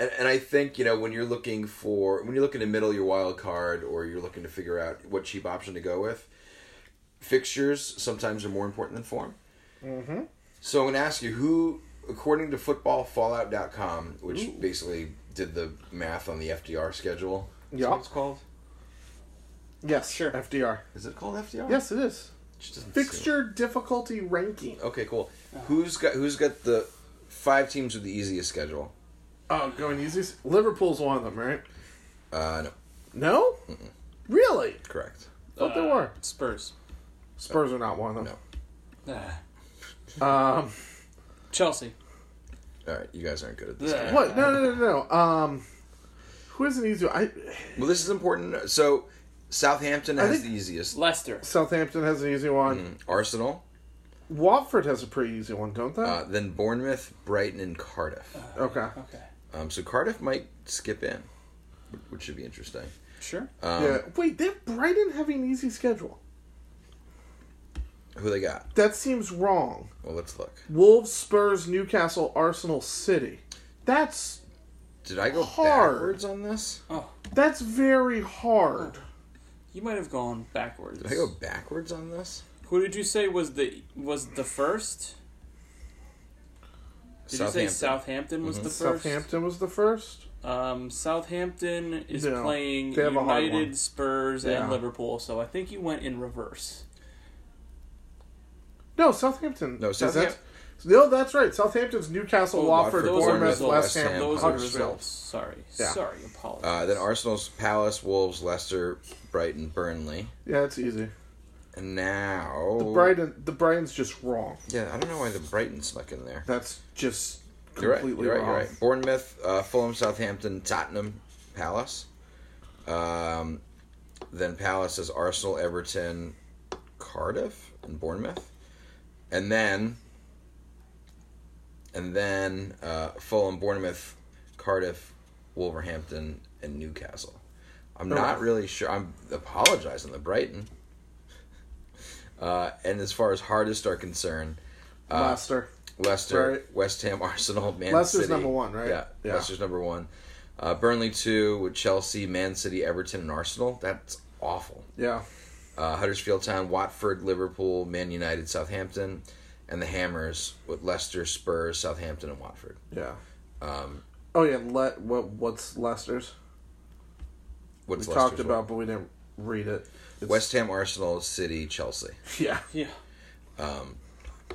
[SPEAKER 1] and, and I think you know when you're looking for when you're looking to middle your wild card or you're looking to figure out what cheap option to go with, fixtures sometimes are more important than form.
[SPEAKER 2] Mm-hmm.
[SPEAKER 1] So I'm going to ask you who, according to FootballFallout.com, which basically did the math on the FDR schedule. is that
[SPEAKER 2] Yeah.
[SPEAKER 1] what it's called.
[SPEAKER 2] Yes,
[SPEAKER 3] Sure.
[SPEAKER 2] FDR.
[SPEAKER 1] Is it called FDR?
[SPEAKER 2] Yes, it is.
[SPEAKER 1] Just doesn't seem-
[SPEAKER 2] Fixture difficulty ranking.
[SPEAKER 1] Okay, cool.
[SPEAKER 2] Uh-huh.
[SPEAKER 1] Who's got who's got the five teams with the easiest schedule?
[SPEAKER 2] Oh, going easy. Liverpool's one of them, right?
[SPEAKER 1] Uh, no,
[SPEAKER 2] No, really?
[SPEAKER 1] correct.
[SPEAKER 2] Thought there were.
[SPEAKER 3] Uh, Spurs.
[SPEAKER 2] Spurs are not one of them.
[SPEAKER 1] No.
[SPEAKER 3] Ah.
[SPEAKER 2] Um,
[SPEAKER 3] Chelsea. Uh,
[SPEAKER 1] All right, you guys aren't good at this.
[SPEAKER 3] Yeah.
[SPEAKER 2] what? No, no, no, no. Um, who is an easy? I
[SPEAKER 1] Well, this is important. So, Southampton has
[SPEAKER 2] think-
[SPEAKER 1] the easiest.
[SPEAKER 3] Leicester.
[SPEAKER 2] Southampton has an easy one.
[SPEAKER 1] Arsenal,
[SPEAKER 2] Watford has a pretty easy one, don't they?
[SPEAKER 1] uh, then Bournemouth, Brighton, and Cardiff.
[SPEAKER 2] okay.
[SPEAKER 3] Okay.
[SPEAKER 1] Um, so Cardiff might skip in, wh- which should be interesting.
[SPEAKER 3] Sure.
[SPEAKER 1] Um,
[SPEAKER 2] yeah. Wait, they Brighton have an easy schedule.
[SPEAKER 1] Who they got?
[SPEAKER 2] That seems wrong.
[SPEAKER 1] Well, let's look.
[SPEAKER 2] Wolves, Spurs, Newcastle, Arsenal, City. That's
[SPEAKER 1] Did I go
[SPEAKER 2] Hard.
[SPEAKER 1] backwards on this?
[SPEAKER 3] Oh,
[SPEAKER 2] that's very hard.
[SPEAKER 3] you might have gone backwards.
[SPEAKER 1] Did I go backwards on this?
[SPEAKER 3] Who did you say was the was the first? Did you say Southampton was the first?
[SPEAKER 2] Southampton was the first.
[SPEAKER 3] Um, Southampton is
[SPEAKER 2] No,
[SPEAKER 3] playing
[SPEAKER 2] they have a hard one.
[SPEAKER 3] United, Spurs,
[SPEAKER 2] Yeah.
[SPEAKER 3] and Liverpool, so I think you went in reverse.
[SPEAKER 2] No, Southampton.
[SPEAKER 1] No,
[SPEAKER 2] Is that-
[SPEAKER 1] Southamp-
[SPEAKER 2] No, that's right. Southampton's Newcastle,
[SPEAKER 3] Oh,
[SPEAKER 2] Watford,
[SPEAKER 1] Watford,
[SPEAKER 2] Bournemouth,
[SPEAKER 1] Bournemouth,
[SPEAKER 2] West Ham,
[SPEAKER 3] Those
[SPEAKER 1] West
[SPEAKER 3] are
[SPEAKER 1] Ham,
[SPEAKER 3] the
[SPEAKER 2] Huddersfield.
[SPEAKER 3] results. Sorry,
[SPEAKER 2] Yeah.
[SPEAKER 3] sorry, apologies.
[SPEAKER 1] Uh, then Arsenal's Palace, Wolves, Leicester, Brighton, Burnley,
[SPEAKER 2] Yeah, it's easy.
[SPEAKER 1] and now
[SPEAKER 2] The Brighton, the Brighton's just wrong.
[SPEAKER 1] Yeah, I don't know why the Brighton snuck in there.
[SPEAKER 2] That's just
[SPEAKER 1] You're right.
[SPEAKER 2] completely
[SPEAKER 1] You're right.
[SPEAKER 2] wrong.
[SPEAKER 1] You're right. Bournemouth, uh, Fulham, Southampton, Tottenham, Palace. Um, then Palace is Arsenal, Everton, Cardiff, and Bournemouth, and then and then uh, Fulham, Bournemouth, Cardiff, Wolverhampton, and Newcastle. I'm
[SPEAKER 2] Oh,
[SPEAKER 1] not really sure. I'm apologizing the Brighton. Uh, and as far as hardest are concerned, Uh,
[SPEAKER 2] Leicester.
[SPEAKER 1] Leicester,
[SPEAKER 2] Right.
[SPEAKER 1] West Ham, Arsenal, Man
[SPEAKER 2] Leicester's
[SPEAKER 1] City.
[SPEAKER 2] number one, right?
[SPEAKER 1] Yeah,
[SPEAKER 2] Yeah.
[SPEAKER 1] Leicester's number one. Uh, Burnley two with Chelsea, Man City, Everton, and Arsenal. That's awful.
[SPEAKER 2] Yeah.
[SPEAKER 1] Uh, Huddersfield Town, Watford, Liverpool, Man United, Southampton, and the Hammers with Leicester, Spurs, Southampton, and Watford.
[SPEAKER 2] Yeah.
[SPEAKER 1] um,
[SPEAKER 2] oh yeah. Let what what's Leicester's?
[SPEAKER 1] What's
[SPEAKER 2] we
[SPEAKER 1] Leicester's
[SPEAKER 2] talked about, but we didn't read it. It's-
[SPEAKER 1] West Ham, Arsenal, City, Chelsea.
[SPEAKER 2] Yeah.
[SPEAKER 3] yeah.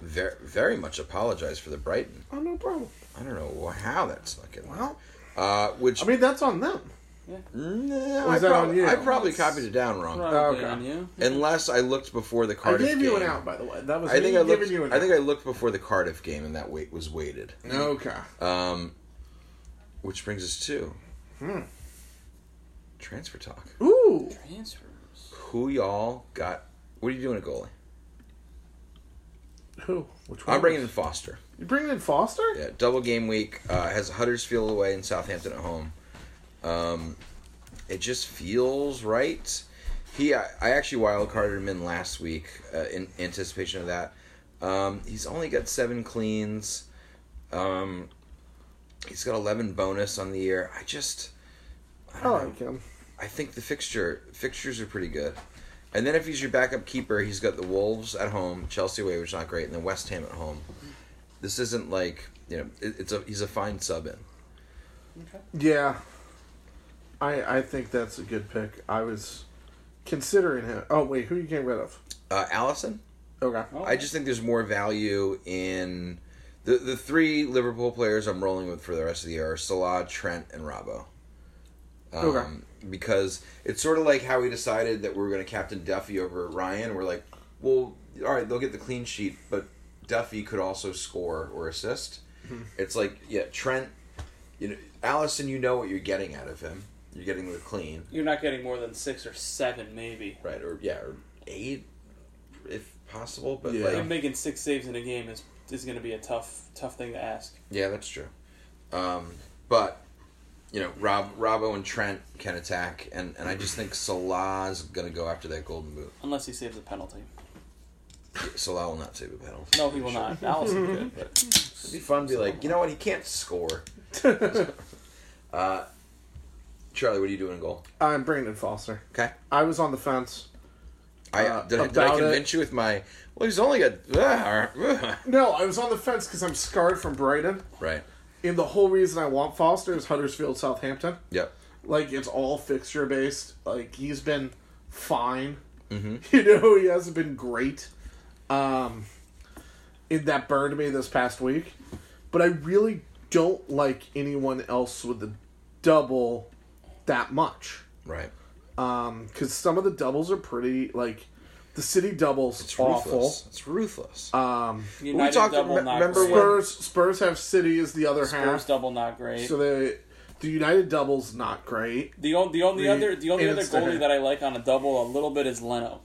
[SPEAKER 1] Very, very much apologize for the Brighton.
[SPEAKER 2] Oh no problem.
[SPEAKER 1] I don't know how that snuck in. there.
[SPEAKER 2] Well,
[SPEAKER 1] Uh, which
[SPEAKER 2] I mean that's on them.
[SPEAKER 1] no,
[SPEAKER 2] was
[SPEAKER 1] I,
[SPEAKER 2] that on
[SPEAKER 1] probably,
[SPEAKER 2] you?
[SPEAKER 1] I probably copied it down wrong.
[SPEAKER 3] Probably
[SPEAKER 2] okay.
[SPEAKER 3] on you.
[SPEAKER 1] Unless I looked before the
[SPEAKER 2] I
[SPEAKER 1] Cardiff
[SPEAKER 2] gave you an
[SPEAKER 1] game.
[SPEAKER 2] out, by the way. That was
[SPEAKER 1] I
[SPEAKER 2] me
[SPEAKER 1] think I
[SPEAKER 2] giving
[SPEAKER 1] looked.
[SPEAKER 2] you an
[SPEAKER 1] I
[SPEAKER 2] out.
[SPEAKER 1] think I looked before the Cardiff game, and that weight was weighted.
[SPEAKER 2] okay.
[SPEAKER 1] Um, which brings us to
[SPEAKER 2] Hmm.
[SPEAKER 1] Transfer talk.
[SPEAKER 2] Ooh.
[SPEAKER 3] Transfers.
[SPEAKER 1] Who y'all got? What are you doing at goalie?
[SPEAKER 2] Who? Which one?
[SPEAKER 1] I'm bringing in Foster.
[SPEAKER 2] You bringing in Foster?
[SPEAKER 1] Yeah, double game week. Uh, has Huddersfield away and Southampton at home. Um, it just feels right. He, I, I actually wild carded him in last week uh, in anticipation of that. Um, he's only got seven cleans. Um, he's got eleven bonus on the year. I just, I
[SPEAKER 2] I
[SPEAKER 1] don't know.
[SPEAKER 2] like him.
[SPEAKER 1] I think the fixture fixtures are pretty good. And then if he's your backup keeper, he's got the Wolves at home, Chelsea away, which is not great, and then West Ham at home. This isn't like you know, it, it's a he's a fine sub in.
[SPEAKER 2] Yeah. I I think that's a good pick. I was considering him. Oh wait, who you getting rid of?
[SPEAKER 1] Uh, Allison,
[SPEAKER 2] Okay.
[SPEAKER 3] Oh.
[SPEAKER 1] I just think there's more value in the the three Liverpool players I'm rolling with for the rest of the year are Salah, Trent, and Robbo. Um,
[SPEAKER 2] Okay.
[SPEAKER 1] Because it's sort of like how we decided that we were going to captain Duffy over Ryan. We're like, well, all right, they'll get the clean sheet, but Duffy could also score or assist.
[SPEAKER 2] Hmm.
[SPEAKER 1] It's like, yeah, Trent, you know, Allison, you know what you're getting out of him. You're getting the clean,
[SPEAKER 3] You're not getting more than six or seven, maybe.
[SPEAKER 1] right? Or yeah, or eight, if possible. But
[SPEAKER 2] Yeah.
[SPEAKER 1] like,
[SPEAKER 3] And making six saves in a game is is going to be a tough tough thing to ask.
[SPEAKER 1] Yeah, that's true. Um, but you know, Rob, Robbo, and Trent can attack, and, and I just think Salah's gonna go after that golden boot.
[SPEAKER 3] Unless he saves a penalty.
[SPEAKER 1] Salah will not save a penalty.
[SPEAKER 3] No, he will not. Allison could, but
[SPEAKER 1] It'd be fun to be like, you know what? He can't score. uh, Charlie, what are you doing in goal?
[SPEAKER 2] I'm bringing in Foster.
[SPEAKER 1] Okay,
[SPEAKER 2] I was on the fence.
[SPEAKER 1] I
[SPEAKER 2] Uh,
[SPEAKER 1] did, I- did I
[SPEAKER 2] about it.
[SPEAKER 1] convince you with my? Well, he's only got
[SPEAKER 2] No, I was on the fence because I'm scarred from Brighton.
[SPEAKER 1] right.
[SPEAKER 2] And the whole reason I want Foster is Huddersfield, Southampton.
[SPEAKER 1] Yep.
[SPEAKER 2] Like it's all fixture based. Like he's been fine.
[SPEAKER 1] Mm-hmm.
[SPEAKER 2] You know, he hasn't been great. Um, it, that burned me this past week, but I really don't like anyone else with the double that much.
[SPEAKER 1] Right.
[SPEAKER 2] Um, because some of the doubles are pretty like the city doubles
[SPEAKER 1] It's
[SPEAKER 2] awful.
[SPEAKER 1] ruthless. It's ruthless.
[SPEAKER 2] Um,
[SPEAKER 3] United
[SPEAKER 1] talked-
[SPEAKER 3] double
[SPEAKER 1] me-
[SPEAKER 3] not
[SPEAKER 1] remember
[SPEAKER 3] great.
[SPEAKER 1] when-
[SPEAKER 2] Spurs Spurs have city as the other
[SPEAKER 3] Spurs
[SPEAKER 2] half,
[SPEAKER 3] double not great.
[SPEAKER 2] so the the United doubles not great.
[SPEAKER 3] the, on, the only
[SPEAKER 2] the-
[SPEAKER 3] other the only
[SPEAKER 2] and
[SPEAKER 3] other
[SPEAKER 2] it's the-
[SPEAKER 3] goalie that I like on a double a little bit is Leno.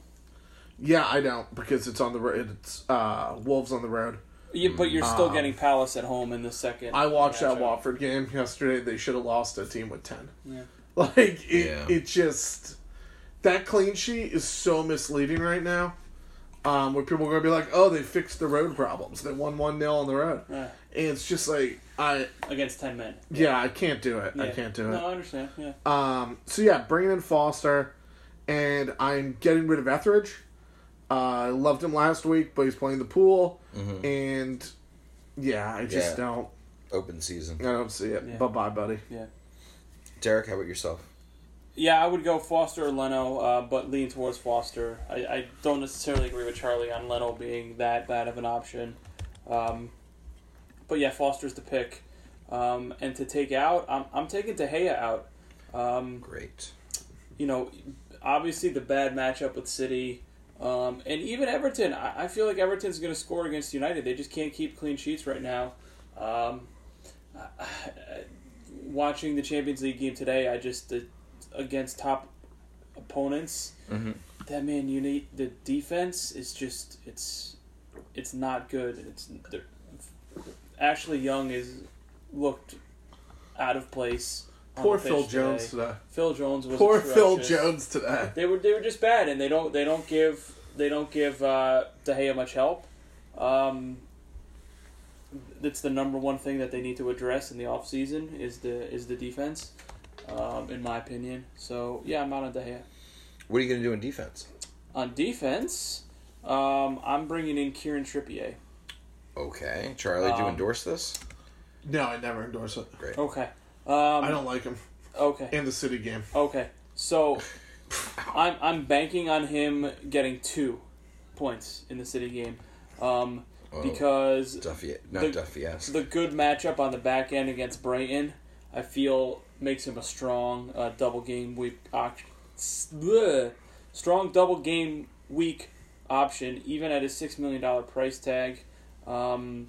[SPEAKER 2] Yeah, I don't because it's on the road. It's uh, Wolves on the road.
[SPEAKER 3] Yeah, but you're still getting Palace at home in the second.
[SPEAKER 2] Ah. I watched
[SPEAKER 3] Yeah,
[SPEAKER 2] that
[SPEAKER 3] sorry.
[SPEAKER 2] Watford game yesterday. They should have lost a team with ten.
[SPEAKER 3] Yeah.
[SPEAKER 2] Like it,
[SPEAKER 1] Yeah.
[SPEAKER 2] it just that clean sheet is so misleading right now. Um, where people are going to be like, "Oh, they fixed the road problems. They won one 0 on the road."
[SPEAKER 3] Yeah.
[SPEAKER 2] And it's just like I,
[SPEAKER 3] Eh, Against ten men.
[SPEAKER 2] yeah, I can't do it. I
[SPEAKER 3] Yeah.
[SPEAKER 2] can't do it.
[SPEAKER 3] No, I understand. Yeah.
[SPEAKER 2] Um, so yeah, bringing in Foster, and I'm getting rid of Etheridge. Uh, I loved him last week, but he's playing the pool, and yeah, I just
[SPEAKER 1] Mm-hmm. Yeah.
[SPEAKER 2] don't.
[SPEAKER 1] Open season.
[SPEAKER 2] I don't see it.
[SPEAKER 3] Yeah.
[SPEAKER 2] Bye bye, buddy.
[SPEAKER 3] yeah.
[SPEAKER 1] Derek, how about yourself?
[SPEAKER 3] Yeah, I would go Foster or Leno, uh, but lean towards Foster. I, I don't necessarily agree with Charlie on Leno being that bad of an option. Um, but yeah, Foster's the pick. Um, and to take out, I'm, I'm taking De Gea out. Um,
[SPEAKER 1] Great.
[SPEAKER 3] you know, obviously the bad matchup with City. Um, and even Everton, I, I feel like Everton's going to score against United. They just can't keep clean sheets right now. Um, watching the Champions League game today, I just uh, against top opponents, that man, you need the defense is just it's it's not good. It's they're- Ashley Young is looked out of place. on
[SPEAKER 2] Poor
[SPEAKER 3] the
[SPEAKER 2] Phil
[SPEAKER 3] pitch
[SPEAKER 2] Jones
[SPEAKER 3] today.
[SPEAKER 2] today.
[SPEAKER 3] Phil Jones was
[SPEAKER 2] Poor Phil
[SPEAKER 3] atrocious.
[SPEAKER 2] Jones today.
[SPEAKER 3] They were they were just bad, and they don't they don't give they don't give uh, De Gea much help. Um, that's the number one thing that they need to address in the offseason is the is the defense, um, in my opinion. So yeah, I'm out on De Gea.
[SPEAKER 1] What are you gonna do in defense?
[SPEAKER 3] On defense, um, I'm bringing in Kieran Trippier.
[SPEAKER 1] Okay, Charlie, do you
[SPEAKER 3] Um,
[SPEAKER 1] endorse this?
[SPEAKER 2] No, I never endorse it.
[SPEAKER 1] Great.
[SPEAKER 3] Okay. Um,
[SPEAKER 2] I don't like him.
[SPEAKER 3] Okay.
[SPEAKER 2] And the city game.
[SPEAKER 3] Okay, so I'm I'm banking on him getting two points in the city game, um,
[SPEAKER 1] Oh.
[SPEAKER 3] because
[SPEAKER 1] Duffy, not
[SPEAKER 3] The-
[SPEAKER 1] Duffy esque.
[SPEAKER 3] the good matchup on the back end against Brighton, I feel makes him a strong uh, double game week option. Strong double game week option, even at his six million dollar price tag. Um,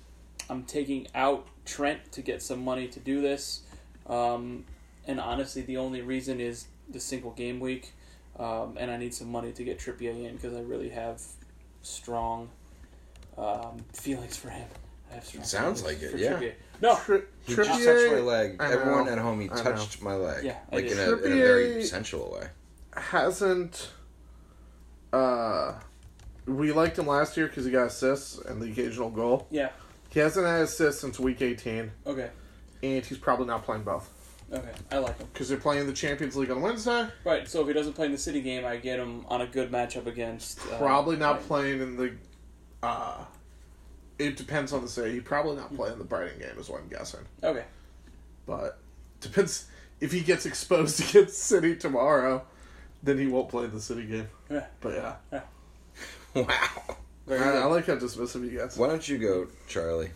[SPEAKER 3] I'm taking out Trent to get some money to do this. Um, and honestly, the only reason is the single game week, um, and I need some money to get Trippier in because I really have strong um, feelings for him. I have strong
[SPEAKER 1] It sounds
[SPEAKER 3] feelings
[SPEAKER 1] like it,
[SPEAKER 3] for
[SPEAKER 1] yeah.
[SPEAKER 3] Trippier. No,
[SPEAKER 2] Tri-
[SPEAKER 1] He
[SPEAKER 2] Trippier.
[SPEAKER 1] just touched my leg.
[SPEAKER 2] I know,
[SPEAKER 1] Everyone at home, he
[SPEAKER 2] I know.
[SPEAKER 1] touched my leg.
[SPEAKER 3] Yeah, I
[SPEAKER 1] like in
[SPEAKER 3] did.
[SPEAKER 1] a, in a very
[SPEAKER 2] Trippier-
[SPEAKER 1] sensual way.
[SPEAKER 2] hasn't. Uh, we liked him last year because he got assists and the occasional goal.
[SPEAKER 3] yeah.
[SPEAKER 2] He hasn't had assists since week 18,
[SPEAKER 3] Okay,
[SPEAKER 2] and he's probably not playing both
[SPEAKER 3] okay, I like him.
[SPEAKER 2] because they're playing the Champions League on Wednesday.
[SPEAKER 3] Right, so if he doesn't play in the city game, I get him on a good matchup against. Uh,
[SPEAKER 2] Probably not
[SPEAKER 3] Brighton.
[SPEAKER 2] playing in the. Uh, it depends on the city. He probably not playing the Brighton game is what I'm guessing.
[SPEAKER 3] Okay,
[SPEAKER 2] But depends if he gets exposed against City tomorrow, then he won't play the City game.
[SPEAKER 3] yeah,
[SPEAKER 2] But yeah,
[SPEAKER 1] Wow.
[SPEAKER 3] very
[SPEAKER 2] I, I
[SPEAKER 3] good.
[SPEAKER 2] like how dismissive you guys.
[SPEAKER 1] Why don't you go, Charlie?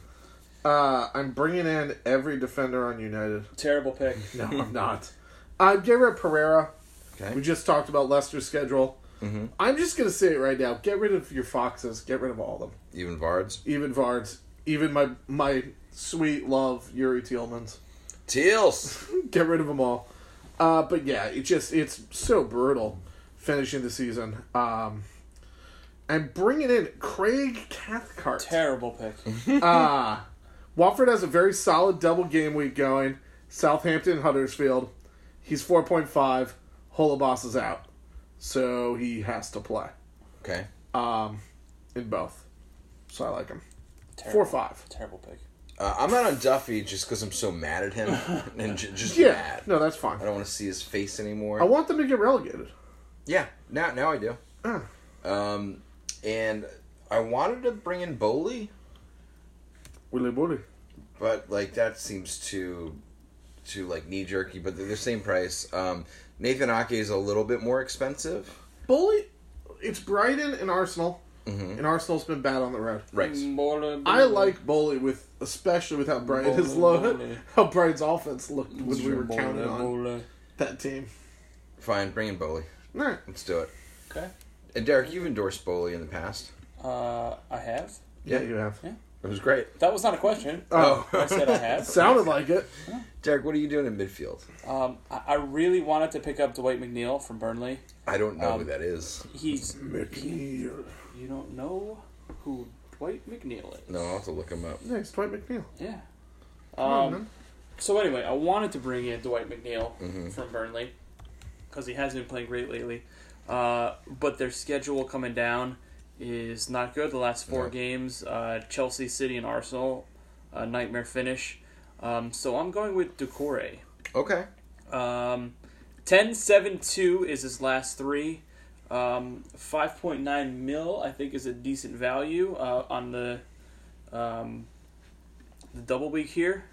[SPEAKER 2] Uh, I'm bringing in every defender on United.
[SPEAKER 3] Terrible pick.
[SPEAKER 2] No, I'm not. Uh, get rid of Pereira. We
[SPEAKER 1] Okay.
[SPEAKER 2] just talked about Leicester's schedule. I'm just gonna say it right now. Get rid of your foxes. Get rid of all of them.
[SPEAKER 1] Even Vards.
[SPEAKER 2] Even Vards. Even my my sweet love Yuri Tealman's.
[SPEAKER 1] Teals.
[SPEAKER 2] Get rid of them all. Uh, but yeah, it just it's so brutal finishing the season. Um, I'm bringing in Craig Cathcart.
[SPEAKER 3] Terrible pick.
[SPEAKER 2] Ah, Watford has a very solid double game week going. Southampton, Huddersfield. He's 4.5. Holobos is out. So he has to play
[SPEAKER 1] Okay.
[SPEAKER 2] um, in both. So I like him. 4
[SPEAKER 3] Terrible.
[SPEAKER 2] 5.
[SPEAKER 3] Terrible pick.
[SPEAKER 1] Uh, I'm not on Duffy just because I'm so mad at him and j- just
[SPEAKER 2] Yeah,
[SPEAKER 1] mad.
[SPEAKER 2] no, that's fine.
[SPEAKER 1] I don't want to see his face anymore.
[SPEAKER 2] I want them to get relegated.
[SPEAKER 1] yeah. Now, now I do.
[SPEAKER 2] Ah.
[SPEAKER 1] Um, and I wanted to bring in Bowley,
[SPEAKER 2] Willy Willy.
[SPEAKER 1] but like that seems too, too like knee jerky. But they're the same price. Um, Nathan Ake is a little bit more expensive.
[SPEAKER 2] Bully, it's Brighton and Arsenal. And Arsenal's been bad on the road.
[SPEAKER 1] Right.
[SPEAKER 3] Mm. Mbola-
[SPEAKER 2] I like Bully with, especially with how Brighton has low,
[SPEAKER 3] Mm-hmm. Bully.
[SPEAKER 2] how Brighton's offense looked when we were counting on
[SPEAKER 3] Mbola.
[SPEAKER 2] that team.
[SPEAKER 1] Fine. Bring in Bowley.
[SPEAKER 2] All right.
[SPEAKER 1] Let's do it.
[SPEAKER 3] Okay.
[SPEAKER 1] And Derek, you've endorsed Bowley in the past.
[SPEAKER 3] Uh, I have.
[SPEAKER 2] Yeah, you have.
[SPEAKER 1] It was great.
[SPEAKER 3] That was not a question.
[SPEAKER 2] Oh,
[SPEAKER 3] I said I have.
[SPEAKER 2] sounded like it.
[SPEAKER 1] Derek, what are you doing in midfield?
[SPEAKER 3] Um, I, I really wanted to pick up Dwight McNeil from Burnley.
[SPEAKER 1] I don't know
[SPEAKER 3] Um,
[SPEAKER 1] who that is.
[SPEAKER 3] He's you don't know who Dwight McNeil is.
[SPEAKER 1] No, I'll have to look him up.
[SPEAKER 2] Nice, Dwight McNeil.
[SPEAKER 3] Yeah.
[SPEAKER 2] on,
[SPEAKER 3] Um,
[SPEAKER 2] man.
[SPEAKER 3] so anyway, I wanted to bring in Dwight McNeil from Burnley because he has been playing great lately. Uh, but their schedule coming down is not good. The last four
[SPEAKER 1] No.
[SPEAKER 3] games, uh, Chelsea, City, and Arsenal, a nightmare finish. Um, so I'm going with Decore.
[SPEAKER 1] Okay.
[SPEAKER 3] Um, 10 7 2 is his last three. Um, 5.9 mil, I think, is a decent value uh, on the, um, the double week here.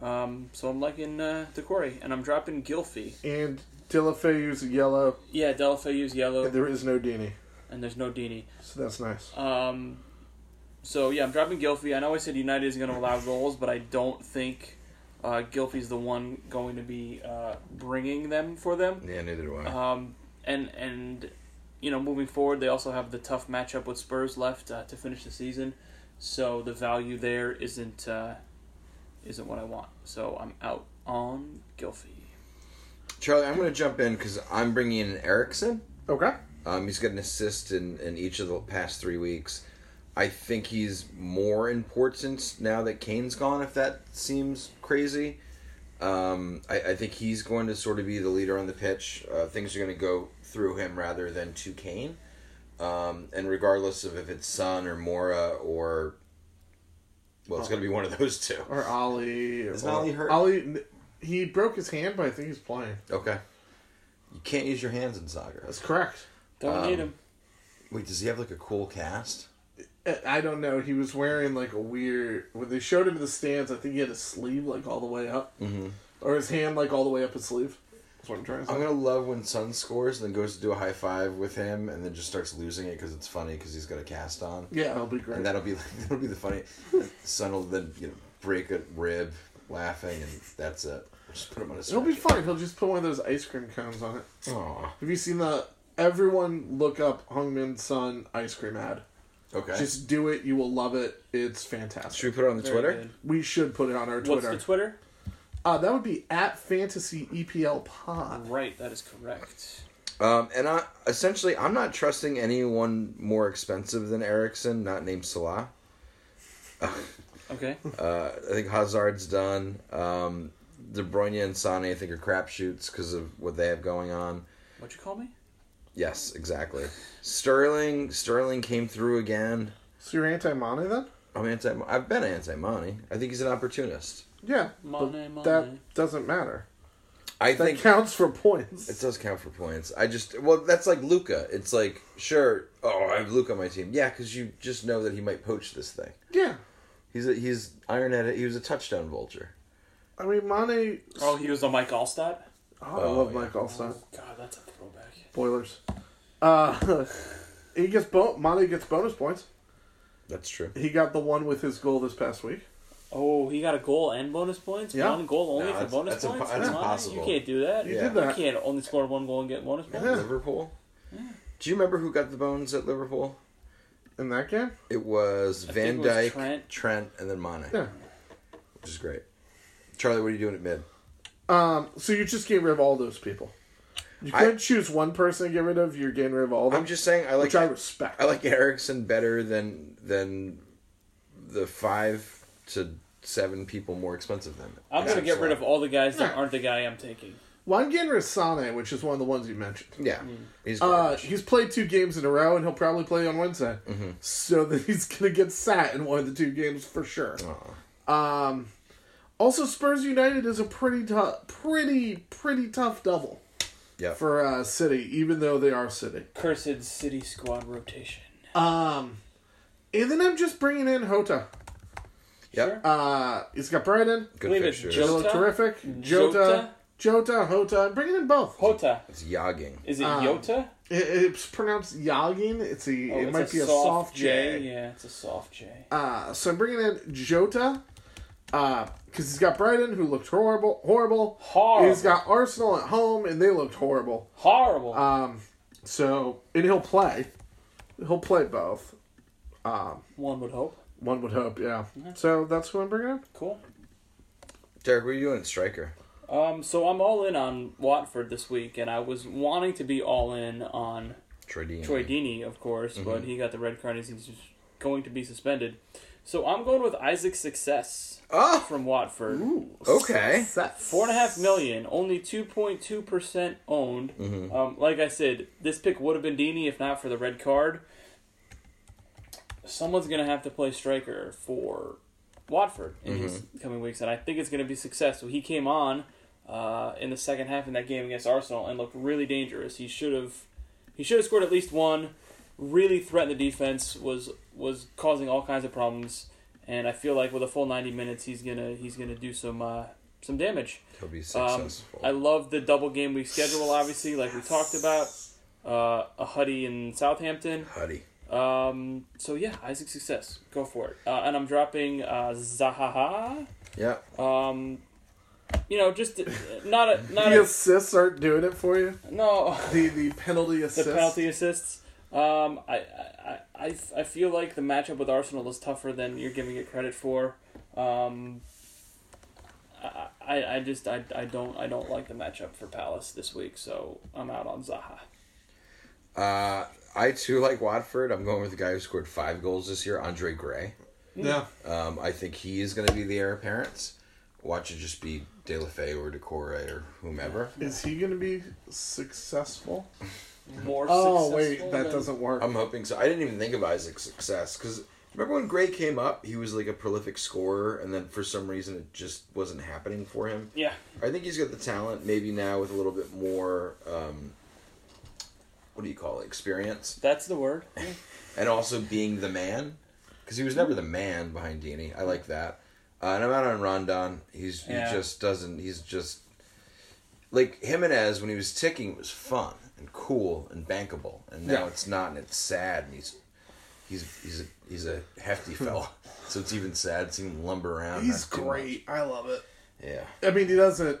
[SPEAKER 3] Um, so I'm liking uh, Decore, and I'm dropping Gilfy.
[SPEAKER 2] And Dillafayu's yellow,
[SPEAKER 3] Yeah, Delafayu's yellow,
[SPEAKER 2] and there is no Dini,
[SPEAKER 3] and there's no Dini.
[SPEAKER 2] so that's nice.
[SPEAKER 3] Um, so yeah, I'm dropping Gilfy. I know I said United is going to allow goals, but I don't think uh, Gilfy's the one going to be uh, bringing them for them.
[SPEAKER 1] Yeah, neither do I.
[SPEAKER 3] Um, and and you know, moving forward, they also have the tough matchup with Spurs left uh, to finish the season, so the value there isn't uh, isn't what I want. So I'm out on Gilfy.
[SPEAKER 1] Charlie, I'm going to jump in because I'm bringing in Erickson.
[SPEAKER 2] Okay.
[SPEAKER 1] Um, he's got an assist in, in each of the past three weeks. I think he's more important now that Kane's gone, if that seems crazy. Um, I, I think he's going to sort of be the leader on the pitch. Uh, things are going to go through him rather than to Kane. Um, and regardless of if it's Son or Mora or. Well, it's going to be one of those two.
[SPEAKER 2] Or Ollie.
[SPEAKER 1] Is
[SPEAKER 2] or-
[SPEAKER 1] Ollie hurt?
[SPEAKER 2] Ollie, he broke his hand, but I think he's playing.
[SPEAKER 1] Okay. You can't use your hands in soccer.
[SPEAKER 2] That's correct.
[SPEAKER 3] Don't
[SPEAKER 1] Um,
[SPEAKER 3] need him.
[SPEAKER 1] Wait, does he have like a cool cast?
[SPEAKER 2] I- I don't know. He was wearing like a weird. When they showed him in the stands, I think he had his sleeve like all the way up, mm-hmm. or his hand like all the way up his sleeve. That's what I'm trying to say.
[SPEAKER 1] I'm gonna love when Sun scores and then goes to do a high five with him and then just starts losing it because it's funny because he's got a cast on
[SPEAKER 2] yeah, that'll be great.
[SPEAKER 1] and that'll be like, that'll be the funny. Sun will then you know break a rib laughing and that's it. Just put him on a.
[SPEAKER 2] It'll be
[SPEAKER 1] stretcher.
[SPEAKER 2] fine. He'll just put one of those ice cream cones on it.
[SPEAKER 1] Aw,
[SPEAKER 2] Have you seen the everyone look up Hungman Sun ice cream ad?
[SPEAKER 1] okay.
[SPEAKER 2] Just do it. You will love it. It's fantastic.
[SPEAKER 1] Should we put it on the
[SPEAKER 3] Very
[SPEAKER 1] Twitter?
[SPEAKER 3] good.
[SPEAKER 2] We should put it on our
[SPEAKER 3] What's
[SPEAKER 2] Twitter.
[SPEAKER 3] the Twitter?
[SPEAKER 2] Uh, that would be at Fantasy EPL Pod.
[SPEAKER 3] Right, that is correct.
[SPEAKER 1] Um, and I essentially I'm not trusting anyone more expensive than Erickson, not named Salah.
[SPEAKER 3] Okay.
[SPEAKER 1] Uh, I think Hazard's done. Um, De Bruyne and Sane I think are crapshoots because of what they have going on.
[SPEAKER 3] What'd you call me?
[SPEAKER 1] Yes, exactly. Sterling Sterling came through again.
[SPEAKER 2] So you're anti Mane then?
[SPEAKER 1] I'm anti. I've been anti Money. I think he's an opportunist.
[SPEAKER 2] Yeah. but
[SPEAKER 3] Mane, Mane.
[SPEAKER 2] That doesn't matter.
[SPEAKER 1] I
[SPEAKER 2] That
[SPEAKER 1] think
[SPEAKER 2] counts for points.
[SPEAKER 1] It does count for points. I just well, that's like Luca. It's like sure, oh, I have Luca on my team. Yeah, because you just know that he might poach this thing.
[SPEAKER 2] yeah.
[SPEAKER 1] He's a, he's iron at it. He was a touchdown vulture.
[SPEAKER 2] I mean, Mane.
[SPEAKER 3] Oh, he was on Mike Allstott?
[SPEAKER 2] Oh, I
[SPEAKER 1] Oh,
[SPEAKER 2] love
[SPEAKER 1] yeah.
[SPEAKER 2] Mike Allstott.
[SPEAKER 3] God, that's a throwback.
[SPEAKER 2] Spoilers. Uh, he gets bo- Mane gets bonus points.
[SPEAKER 1] That's true.
[SPEAKER 2] He got the one with his goal this past week.
[SPEAKER 3] Oh, he got a goal and bonus points?
[SPEAKER 2] Yeah.
[SPEAKER 3] One goal only
[SPEAKER 1] No,
[SPEAKER 3] for
[SPEAKER 1] that's-
[SPEAKER 3] bonus
[SPEAKER 1] that's impo-
[SPEAKER 3] points?
[SPEAKER 1] that's
[SPEAKER 3] Come on,
[SPEAKER 1] impossible.
[SPEAKER 3] You can't do that.
[SPEAKER 2] He did that.
[SPEAKER 3] You can't only score one goal and get bonus points.
[SPEAKER 2] Yeah.
[SPEAKER 1] Liverpool. Do you remember who got the bones at Liverpool?
[SPEAKER 2] In that game?
[SPEAKER 1] It was
[SPEAKER 3] I
[SPEAKER 1] Van
[SPEAKER 3] think it was
[SPEAKER 1] Dyke, Trent.
[SPEAKER 3] Trent.
[SPEAKER 1] and then Mane,
[SPEAKER 2] Yeah.
[SPEAKER 1] which is great. Charlie, what are you doing at mid?
[SPEAKER 2] Um, so you just get rid of all those people. You
[SPEAKER 1] I-
[SPEAKER 2] couldn't choose one person to get rid of. You're getting rid of all of them,
[SPEAKER 1] I'm just saying I
[SPEAKER 2] which
[SPEAKER 1] like
[SPEAKER 2] I
[SPEAKER 1] I,
[SPEAKER 2] respect.
[SPEAKER 1] like Erickson better than than the five to seven people more expensive than.
[SPEAKER 3] I'm going to get rid of all the guys that
[SPEAKER 2] Yeah.
[SPEAKER 3] aren't the guy I'm taking.
[SPEAKER 2] Well, I'm getting rid of Sane, which is one of the ones you mentioned.
[SPEAKER 1] Yeah, he's
[SPEAKER 2] Uh,
[SPEAKER 1] garbage.
[SPEAKER 2] he's played two games in a row, and he'll probably play on Wednesday. So that he's gonna get sat in one of the two games for sure. Um, also, Spurs United is a pretty tough, pretty pretty tough double
[SPEAKER 1] yeah.
[SPEAKER 2] for uh, City, even though they are City.
[SPEAKER 3] Cursed City squad rotation.
[SPEAKER 2] Um, and then I'm just bringing in Hota.
[SPEAKER 1] Yep.
[SPEAKER 3] Sure.
[SPEAKER 2] Uh, he's got Brighton.
[SPEAKER 1] Good
[SPEAKER 3] Leave it,
[SPEAKER 1] fixtures.
[SPEAKER 2] They
[SPEAKER 3] Joe.
[SPEAKER 2] look
[SPEAKER 3] Jota?
[SPEAKER 2] terrific. Jota, Jota, Hota. I'm bringing in both.
[SPEAKER 3] Hota.
[SPEAKER 1] It's yogging.
[SPEAKER 3] Is it
[SPEAKER 2] Um,
[SPEAKER 3] Yota?
[SPEAKER 2] It, it's pronounced Yagin. It's a.
[SPEAKER 3] Oh,
[SPEAKER 2] it
[SPEAKER 3] it's
[SPEAKER 2] might be a soft J.
[SPEAKER 3] Yeah, it's a soft J.
[SPEAKER 2] Uh, so I'm bringing in Jota because he's got Brighton, who looked horrible. Horrible.
[SPEAKER 3] Horrible.
[SPEAKER 2] He's got Arsenal at home, and they looked horrible.
[SPEAKER 3] Horrible.
[SPEAKER 2] Um, so and he'll play. He'll play both. Um,
[SPEAKER 3] One would hope.
[SPEAKER 2] one would hope. Yeah. So that's who I'm bringing in.
[SPEAKER 3] Cool.
[SPEAKER 1] Derek, what are you doing at striker?
[SPEAKER 3] Um, so I'm all in on Watford this week, and I was wanting to be all in on
[SPEAKER 1] Troy Deeney.
[SPEAKER 3] Troy Deeney, of course, but he got the red card. and He's just going to be suspended. So I'm going with Isaac Success
[SPEAKER 1] Oh,
[SPEAKER 3] from Watford.
[SPEAKER 1] okay.
[SPEAKER 2] Sets.
[SPEAKER 3] Four and a half million, only 2.2% owned. Um, like I said, this pick would have been Deeney if not for the red card. Someone's going to have to play striker for Watford in these coming weeks, and I think it's going to be success. So he came on uh, in the second half in that game against Arsenal and looked really dangerous. He should have he should have scored at least one. Really threatened the defense. Was was causing all kinds of problems, and I feel like with a full ninety minutes, he's gonna he's gonna do some uh, some damage.
[SPEAKER 1] He'll be
[SPEAKER 3] Um,
[SPEAKER 1] successful.
[SPEAKER 3] I love the double game week schedule. Obviously, like we talked about, uh, a Huddy in Southampton.
[SPEAKER 1] Huddy.
[SPEAKER 3] Um, so yeah, Isaac success. Go for it. Uh, and I'm dropping uh, Zahaha.
[SPEAKER 1] Yeah.
[SPEAKER 3] Um, you know, just uh, not a not
[SPEAKER 2] The
[SPEAKER 3] a
[SPEAKER 2] assists aren't doing it for you.
[SPEAKER 3] no.
[SPEAKER 2] The the penalty
[SPEAKER 3] the
[SPEAKER 2] assists.
[SPEAKER 3] penalty assists. Um, I, I, I, I- I feel like the matchup with Arsenal is tougher than you're giving it credit for. Um, I, I I just I, I don't I don't like the matchup for Palace this week, so I'm out on Zaha.
[SPEAKER 1] Uh, I too like Watford. I'm going with the guy who scored five goals this year, Andre Gray.
[SPEAKER 2] Yeah.
[SPEAKER 1] Um, I think he is going to be the heir apparent. Watch it just be De La Fay or Decore or whomever.
[SPEAKER 2] Is he gonna be successful?
[SPEAKER 3] More.
[SPEAKER 2] Oh
[SPEAKER 3] successful
[SPEAKER 2] wait, that
[SPEAKER 3] than-
[SPEAKER 2] doesn't work.
[SPEAKER 1] I'm hoping so. I didn't even think of Isaac's success because remember when Gray came up, he was like a prolific scorer, and then for some reason it just wasn't happening for him.
[SPEAKER 3] Yeah,
[SPEAKER 1] I think he's got the talent, maybe now with a little bit more, um, what do you call it, experience,
[SPEAKER 3] that's the word. Yeah.
[SPEAKER 1] and also being the man, because he was never the man behind Danny. I like that. Uh, and I'm out on Rondon. He's
[SPEAKER 3] Yeah.
[SPEAKER 1] he just doesn't. He's just like Jimenez when he was ticking was fun and cool and bankable, and now
[SPEAKER 2] Yeah.
[SPEAKER 1] it's not, and it's sad, and he's. He's he's a, he's a hefty fella, so it's even sad seeing him lumber around. not
[SPEAKER 2] He's
[SPEAKER 1] do much.
[SPEAKER 2] great. I love it.
[SPEAKER 1] Yeah,
[SPEAKER 2] I mean, he doesn't. I'm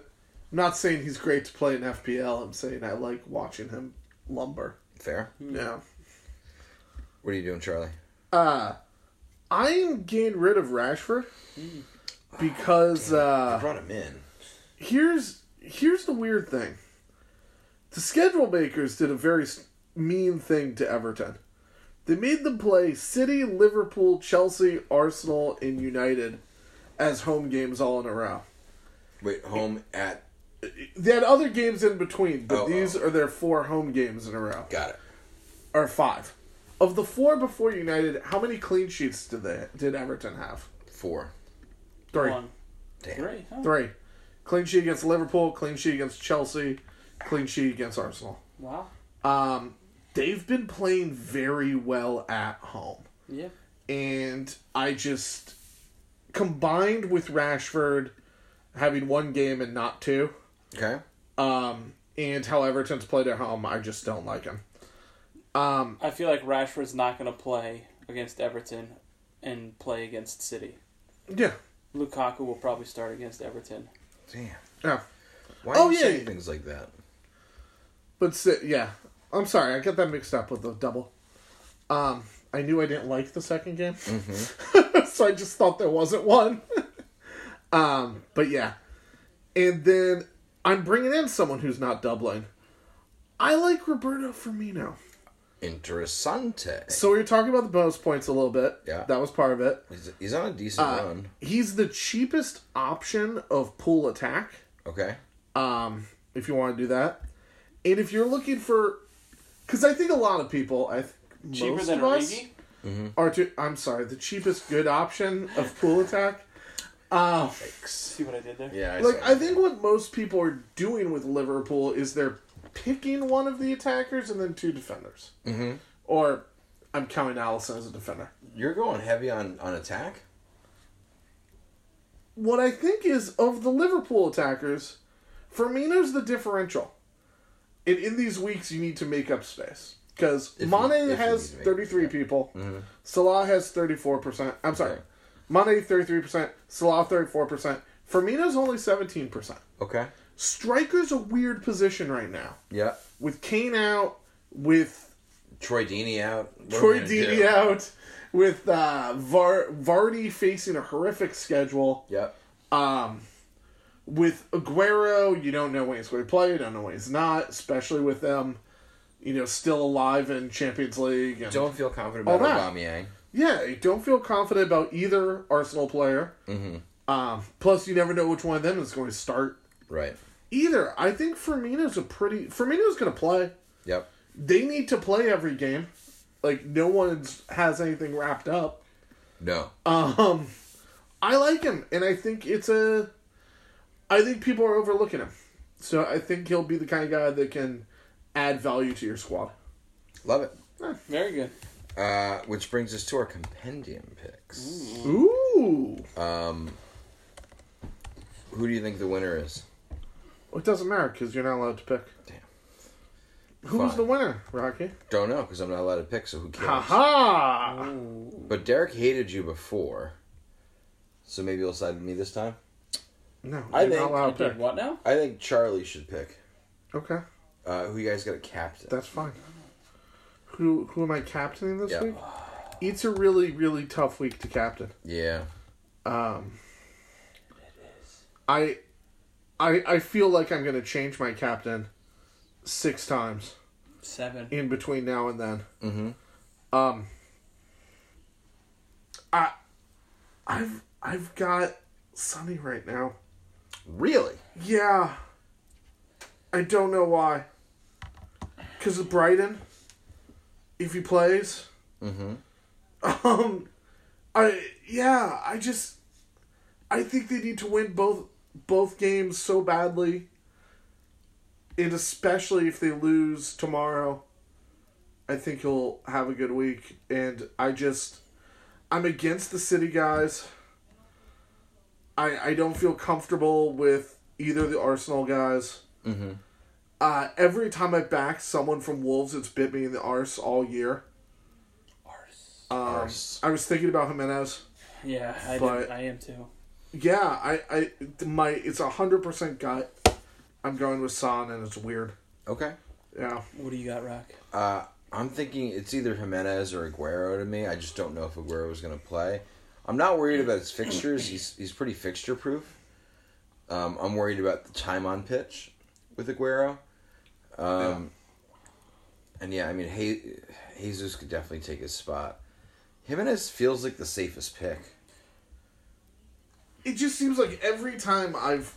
[SPEAKER 2] not saying he's great to play in FPL. I'm saying I like watching him lumber.
[SPEAKER 1] fair.
[SPEAKER 2] Yeah.
[SPEAKER 1] What are you doing, Charlie?
[SPEAKER 2] Uh, I'm getting rid of Rashford because
[SPEAKER 1] I
[SPEAKER 2] uh,
[SPEAKER 1] brought him in.
[SPEAKER 2] here's here's the weird thing. The schedule makers did a very s- mean thing to Everton. They made them play City, Liverpool, Chelsea, Arsenal, and United as home games all in a row.
[SPEAKER 1] Wait, home at.
[SPEAKER 2] They had other games in between, but
[SPEAKER 1] Oh,
[SPEAKER 2] these
[SPEAKER 1] oh.
[SPEAKER 2] are their four home games in a row.
[SPEAKER 1] Got it.
[SPEAKER 2] Or five. Of the four before United, how many clean sheets did they did Everton have?
[SPEAKER 1] Four.
[SPEAKER 2] Three.
[SPEAKER 3] One.
[SPEAKER 1] Damn.
[SPEAKER 3] Three. Huh?
[SPEAKER 2] Three. Clean sheet against Liverpool, clean sheet against Chelsea, clean sheet against Arsenal.
[SPEAKER 3] Wow.
[SPEAKER 2] Um, they've been playing very well at home.
[SPEAKER 3] Yeah.
[SPEAKER 2] And I just, combined with Rashford having one game and not two,
[SPEAKER 1] Okay.
[SPEAKER 2] um, and how Everton's played at home, I just don't like him.
[SPEAKER 3] I feel like Rashford's not going to play against Everton and play against City.
[SPEAKER 2] Yeah.
[SPEAKER 3] Lukaku will probably start against Everton.
[SPEAKER 1] Damn.
[SPEAKER 2] Yeah.
[SPEAKER 1] Why
[SPEAKER 2] Oh,
[SPEAKER 1] are you
[SPEAKER 2] yeah.
[SPEAKER 1] saying things like that?
[SPEAKER 2] But, si- yeah. I'm sorry, I got that mixed up with the double. Um, I knew I didn't like the second game. so I just thought there wasn't one. um, but yeah. And then I'm bringing in someone who's not doubling. I like Roberto Firmino.
[SPEAKER 1] Interessante.
[SPEAKER 2] So we were talking about the bonus points a little bit.
[SPEAKER 1] Yeah.
[SPEAKER 2] That was part of it.
[SPEAKER 1] He's, he's on a decent
[SPEAKER 2] Uh,
[SPEAKER 1] run.
[SPEAKER 2] He's the cheapest option of pool attack,
[SPEAKER 1] Okay.
[SPEAKER 2] um, if you want to do that. And if you're looking for. Because I think a lot of people, I think
[SPEAKER 3] Cheaper
[SPEAKER 2] most
[SPEAKER 3] than
[SPEAKER 2] of us
[SPEAKER 3] Origi?
[SPEAKER 2] are to. I'm sorry, the cheapest good option of pool attack. Um,
[SPEAKER 3] See what I did there?
[SPEAKER 1] Yeah. I
[SPEAKER 2] like
[SPEAKER 1] saw
[SPEAKER 2] I
[SPEAKER 1] it.
[SPEAKER 2] think what most people are doing with Liverpool is they're picking one of the attackers and then two defenders. Mm-hmm. Or I'm counting Allison as a defender.
[SPEAKER 1] you're going heavy on on attack.
[SPEAKER 2] What I think is of the Liverpool attackers, Firmino's the differential. And in these weeks, you need to make up space because
[SPEAKER 1] If you- if
[SPEAKER 2] Mane
[SPEAKER 1] you
[SPEAKER 2] has
[SPEAKER 1] need to make up Mm-hmm.
[SPEAKER 2] 33 people, Salah has 34 percent. I'm sorry,
[SPEAKER 1] Okay.
[SPEAKER 2] Mane 33 percent, Salah 34 percent. Firmino's only 17 percent.
[SPEAKER 1] Okay.
[SPEAKER 2] Striker's a weird position right now.
[SPEAKER 1] Yeah.
[SPEAKER 2] with Kane out, with
[SPEAKER 1] Troy Deeney out. What are we
[SPEAKER 2] Troy
[SPEAKER 1] gonna
[SPEAKER 2] Deeney
[SPEAKER 1] do?
[SPEAKER 2] out, with uh, Var- Vardy facing a horrific schedule,
[SPEAKER 1] Yep.
[SPEAKER 2] um, with Aguero, you don't know when he's going to play, you don't know when he's not, especially with them, you know, still alive in Champions League. And,
[SPEAKER 1] Don't feel confident
[SPEAKER 2] All
[SPEAKER 1] about
[SPEAKER 2] that.
[SPEAKER 1] Aubameyang.
[SPEAKER 2] yeah, you don't feel confident about either Arsenal player. Mm-hmm. Um, plus, you never know which one of them is going to start
[SPEAKER 1] Right.
[SPEAKER 2] either. I think Firmino's a pretty Firmino's going to play.
[SPEAKER 1] Yep.
[SPEAKER 2] they need to play every game. Like no one's has anything wrapped up.
[SPEAKER 1] No.
[SPEAKER 2] Um, I like him, and I think it's a. I think people are overlooking him, so I think he'll be the kind of guy that can add value to your squad.
[SPEAKER 1] Love it.
[SPEAKER 3] Very good.
[SPEAKER 1] Uh, which brings us to our compendium picks.
[SPEAKER 2] Ooh,
[SPEAKER 1] Um, who do you think the winner is?
[SPEAKER 2] Well, it doesn't matter because you're not allowed to pick.
[SPEAKER 1] Damn.
[SPEAKER 2] Who was
[SPEAKER 1] Fine.
[SPEAKER 2] the winner, Rocky?
[SPEAKER 1] Don't know because I'm not allowed to pick, so who cares?
[SPEAKER 2] Ha ha!
[SPEAKER 1] But Derek hated you before, so maybe you'll side with me this time.
[SPEAKER 2] No, you're
[SPEAKER 1] I
[SPEAKER 2] not
[SPEAKER 1] think-
[SPEAKER 2] allowed to
[SPEAKER 3] Did
[SPEAKER 2] pick.
[SPEAKER 3] what now?
[SPEAKER 1] I think Charlie should pick.
[SPEAKER 2] Okay,
[SPEAKER 1] Uh, who you guys got a captain?
[SPEAKER 2] that's fine. Who who am I captaining this
[SPEAKER 1] Yeah.
[SPEAKER 2] week? It's a really really tough week to captain.
[SPEAKER 1] yeah.
[SPEAKER 2] Um, I, I, I feel like I'm gonna change my captain six times
[SPEAKER 3] Seven.
[SPEAKER 2] in between now and then.
[SPEAKER 1] Mm-hmm.
[SPEAKER 2] Um, I, I've I've got Sunny right now.
[SPEAKER 1] Really?
[SPEAKER 2] Yeah, I don't know why. Cause of Brighton, if he plays,
[SPEAKER 1] Mm-hmm.
[SPEAKER 2] Um, I yeah, I just I think they need to win both both games so badly, and especially if they lose tomorrow, I think he'll have a good week. And I just I'm against the city guys. I I don't feel comfortable with either the Arsenal guys.
[SPEAKER 1] Mm-hmm.
[SPEAKER 2] Uh, every time I back someone from Wolves, it's bit me in the arse all year. Um,
[SPEAKER 1] Arse.
[SPEAKER 2] I was thinking about Jimenez.
[SPEAKER 3] Yeah, I,
[SPEAKER 2] But-
[SPEAKER 3] did, I am too.
[SPEAKER 2] Yeah, I, I, my, it's a hundred percent gut. I'm going with Son, and it's weird.
[SPEAKER 1] Um, Okay.
[SPEAKER 2] Yeah,
[SPEAKER 3] What do you got, Rock?
[SPEAKER 1] Uh, I'm thinking it's either Jimenez or Aguero to me. I just don't know if Aguero is going to play. I'm not worried about his fixtures. He's he's pretty fixture proof. Um, I'm worried about the time on pitch with Aguero. Um, And yeah, I mean, He- Jesus could definitely take his spot. Jimenez feels like the safest pick.
[SPEAKER 2] It just seems like every time I've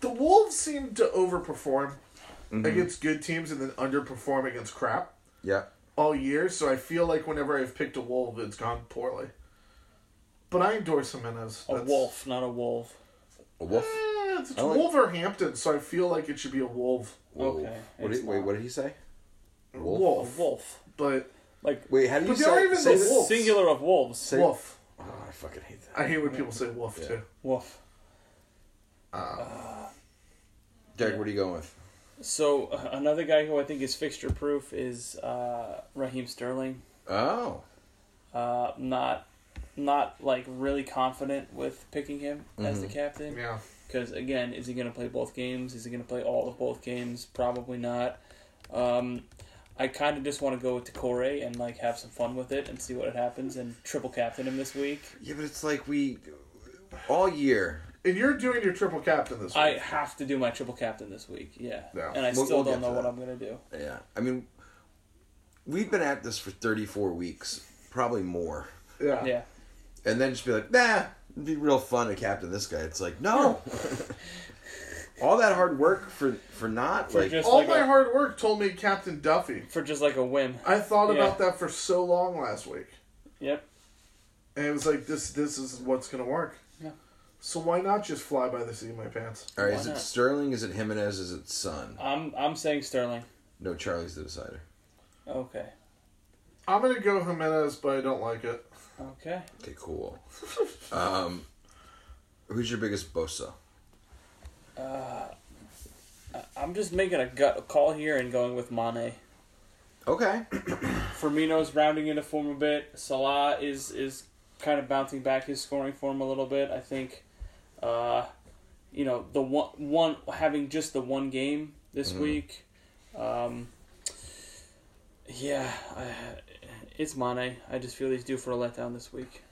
[SPEAKER 2] the Wolves seem to overperform against good teams and then underperform against crap
[SPEAKER 1] Yeah.
[SPEAKER 2] all year. So I feel like whenever I've picked a wolf, it's gone poorly. But I endorse Jimenez.
[SPEAKER 3] A
[SPEAKER 2] That's-
[SPEAKER 3] wolf, not a wolf.
[SPEAKER 1] A wolf.
[SPEAKER 2] Eh, it's it's
[SPEAKER 1] I like-
[SPEAKER 2] Wolverhampton, so I feel like it should be a wolf.
[SPEAKER 1] Wolf.
[SPEAKER 3] Okay,
[SPEAKER 1] What
[SPEAKER 3] it's
[SPEAKER 1] did, wait,
[SPEAKER 3] not.
[SPEAKER 1] what did he say?
[SPEAKER 2] Wolf.
[SPEAKER 3] A wolf.
[SPEAKER 2] But
[SPEAKER 3] Like
[SPEAKER 1] Wait, how do you
[SPEAKER 2] But they
[SPEAKER 1] say,
[SPEAKER 2] are even
[SPEAKER 1] say
[SPEAKER 2] the
[SPEAKER 1] that?
[SPEAKER 2] wolf. Wolves.
[SPEAKER 3] singular of wolves.
[SPEAKER 1] Say-
[SPEAKER 2] wolf.
[SPEAKER 1] Oh, I fucking hate that.
[SPEAKER 2] I hate when people say wolf
[SPEAKER 1] Yeah.
[SPEAKER 2] too.
[SPEAKER 3] wolf.
[SPEAKER 1] Derek, what are you going with?
[SPEAKER 3] So uh, another guy who I think is fixture proof is uh, Raheem Sterling.
[SPEAKER 1] Oh.
[SPEAKER 3] Uh, not, not like really confident with picking him as
[SPEAKER 1] Mm-hmm.
[SPEAKER 3] the captain.
[SPEAKER 2] Yeah.
[SPEAKER 3] Because again, is he going to play both games? Is he going to play all of both games? Probably not. Um, I kind of just want to go with Decore and like have some fun with it and see what happens and triple captain him this week.
[SPEAKER 1] Yeah, but it's like we all year.
[SPEAKER 2] And you're doing your triple captain this week.
[SPEAKER 3] I have to do my triple captain this week. Yeah,
[SPEAKER 2] Yeah.
[SPEAKER 3] and I
[SPEAKER 1] We'll-
[SPEAKER 3] still
[SPEAKER 1] we'll
[SPEAKER 3] don't
[SPEAKER 1] get
[SPEAKER 3] know
[SPEAKER 1] to
[SPEAKER 3] what
[SPEAKER 1] that.
[SPEAKER 3] I'm going to do.
[SPEAKER 1] Yeah, I mean, we've been at this for 34 weeks, probably more,
[SPEAKER 2] yeah.
[SPEAKER 3] Yeah.
[SPEAKER 1] and then just be like, nah, it'd be real fun to captain this guy. It's like, no, all that hard work for for not
[SPEAKER 3] For
[SPEAKER 1] like,
[SPEAKER 3] just-
[SPEAKER 2] All
[SPEAKER 3] like
[SPEAKER 2] my
[SPEAKER 3] a-
[SPEAKER 2] hard work told me Captain Duffy.
[SPEAKER 3] for just like a whim.
[SPEAKER 2] I thought
[SPEAKER 3] Yeah.
[SPEAKER 2] about that for so long last week.
[SPEAKER 3] Yep.
[SPEAKER 2] And it was like this this is what's gonna work.
[SPEAKER 3] Yeah.
[SPEAKER 2] So why not just fly by the seat of my pants?
[SPEAKER 1] all right,
[SPEAKER 3] why
[SPEAKER 1] is
[SPEAKER 3] not?
[SPEAKER 1] it Sterling? Is it Jimenez? Is it Son?
[SPEAKER 3] I'm I'm saying Sterling.
[SPEAKER 1] No, Charlie's the decider.
[SPEAKER 3] Okay.
[SPEAKER 2] I'm gonna go Jimenez, but I don't like it.
[SPEAKER 3] Okay.
[SPEAKER 1] Okay, cool. um, who's your biggest bosa?
[SPEAKER 3] I'm just making a gut call here and going with Mane.
[SPEAKER 1] Okay,
[SPEAKER 3] Firmino's rounding into form a bit. Salah is is kind of bouncing back his scoring form a little bit. I think, uh, you know, the one one having just the one game this week. Um, yeah, I, it's Mane. I just feel he's due for a letdown this week.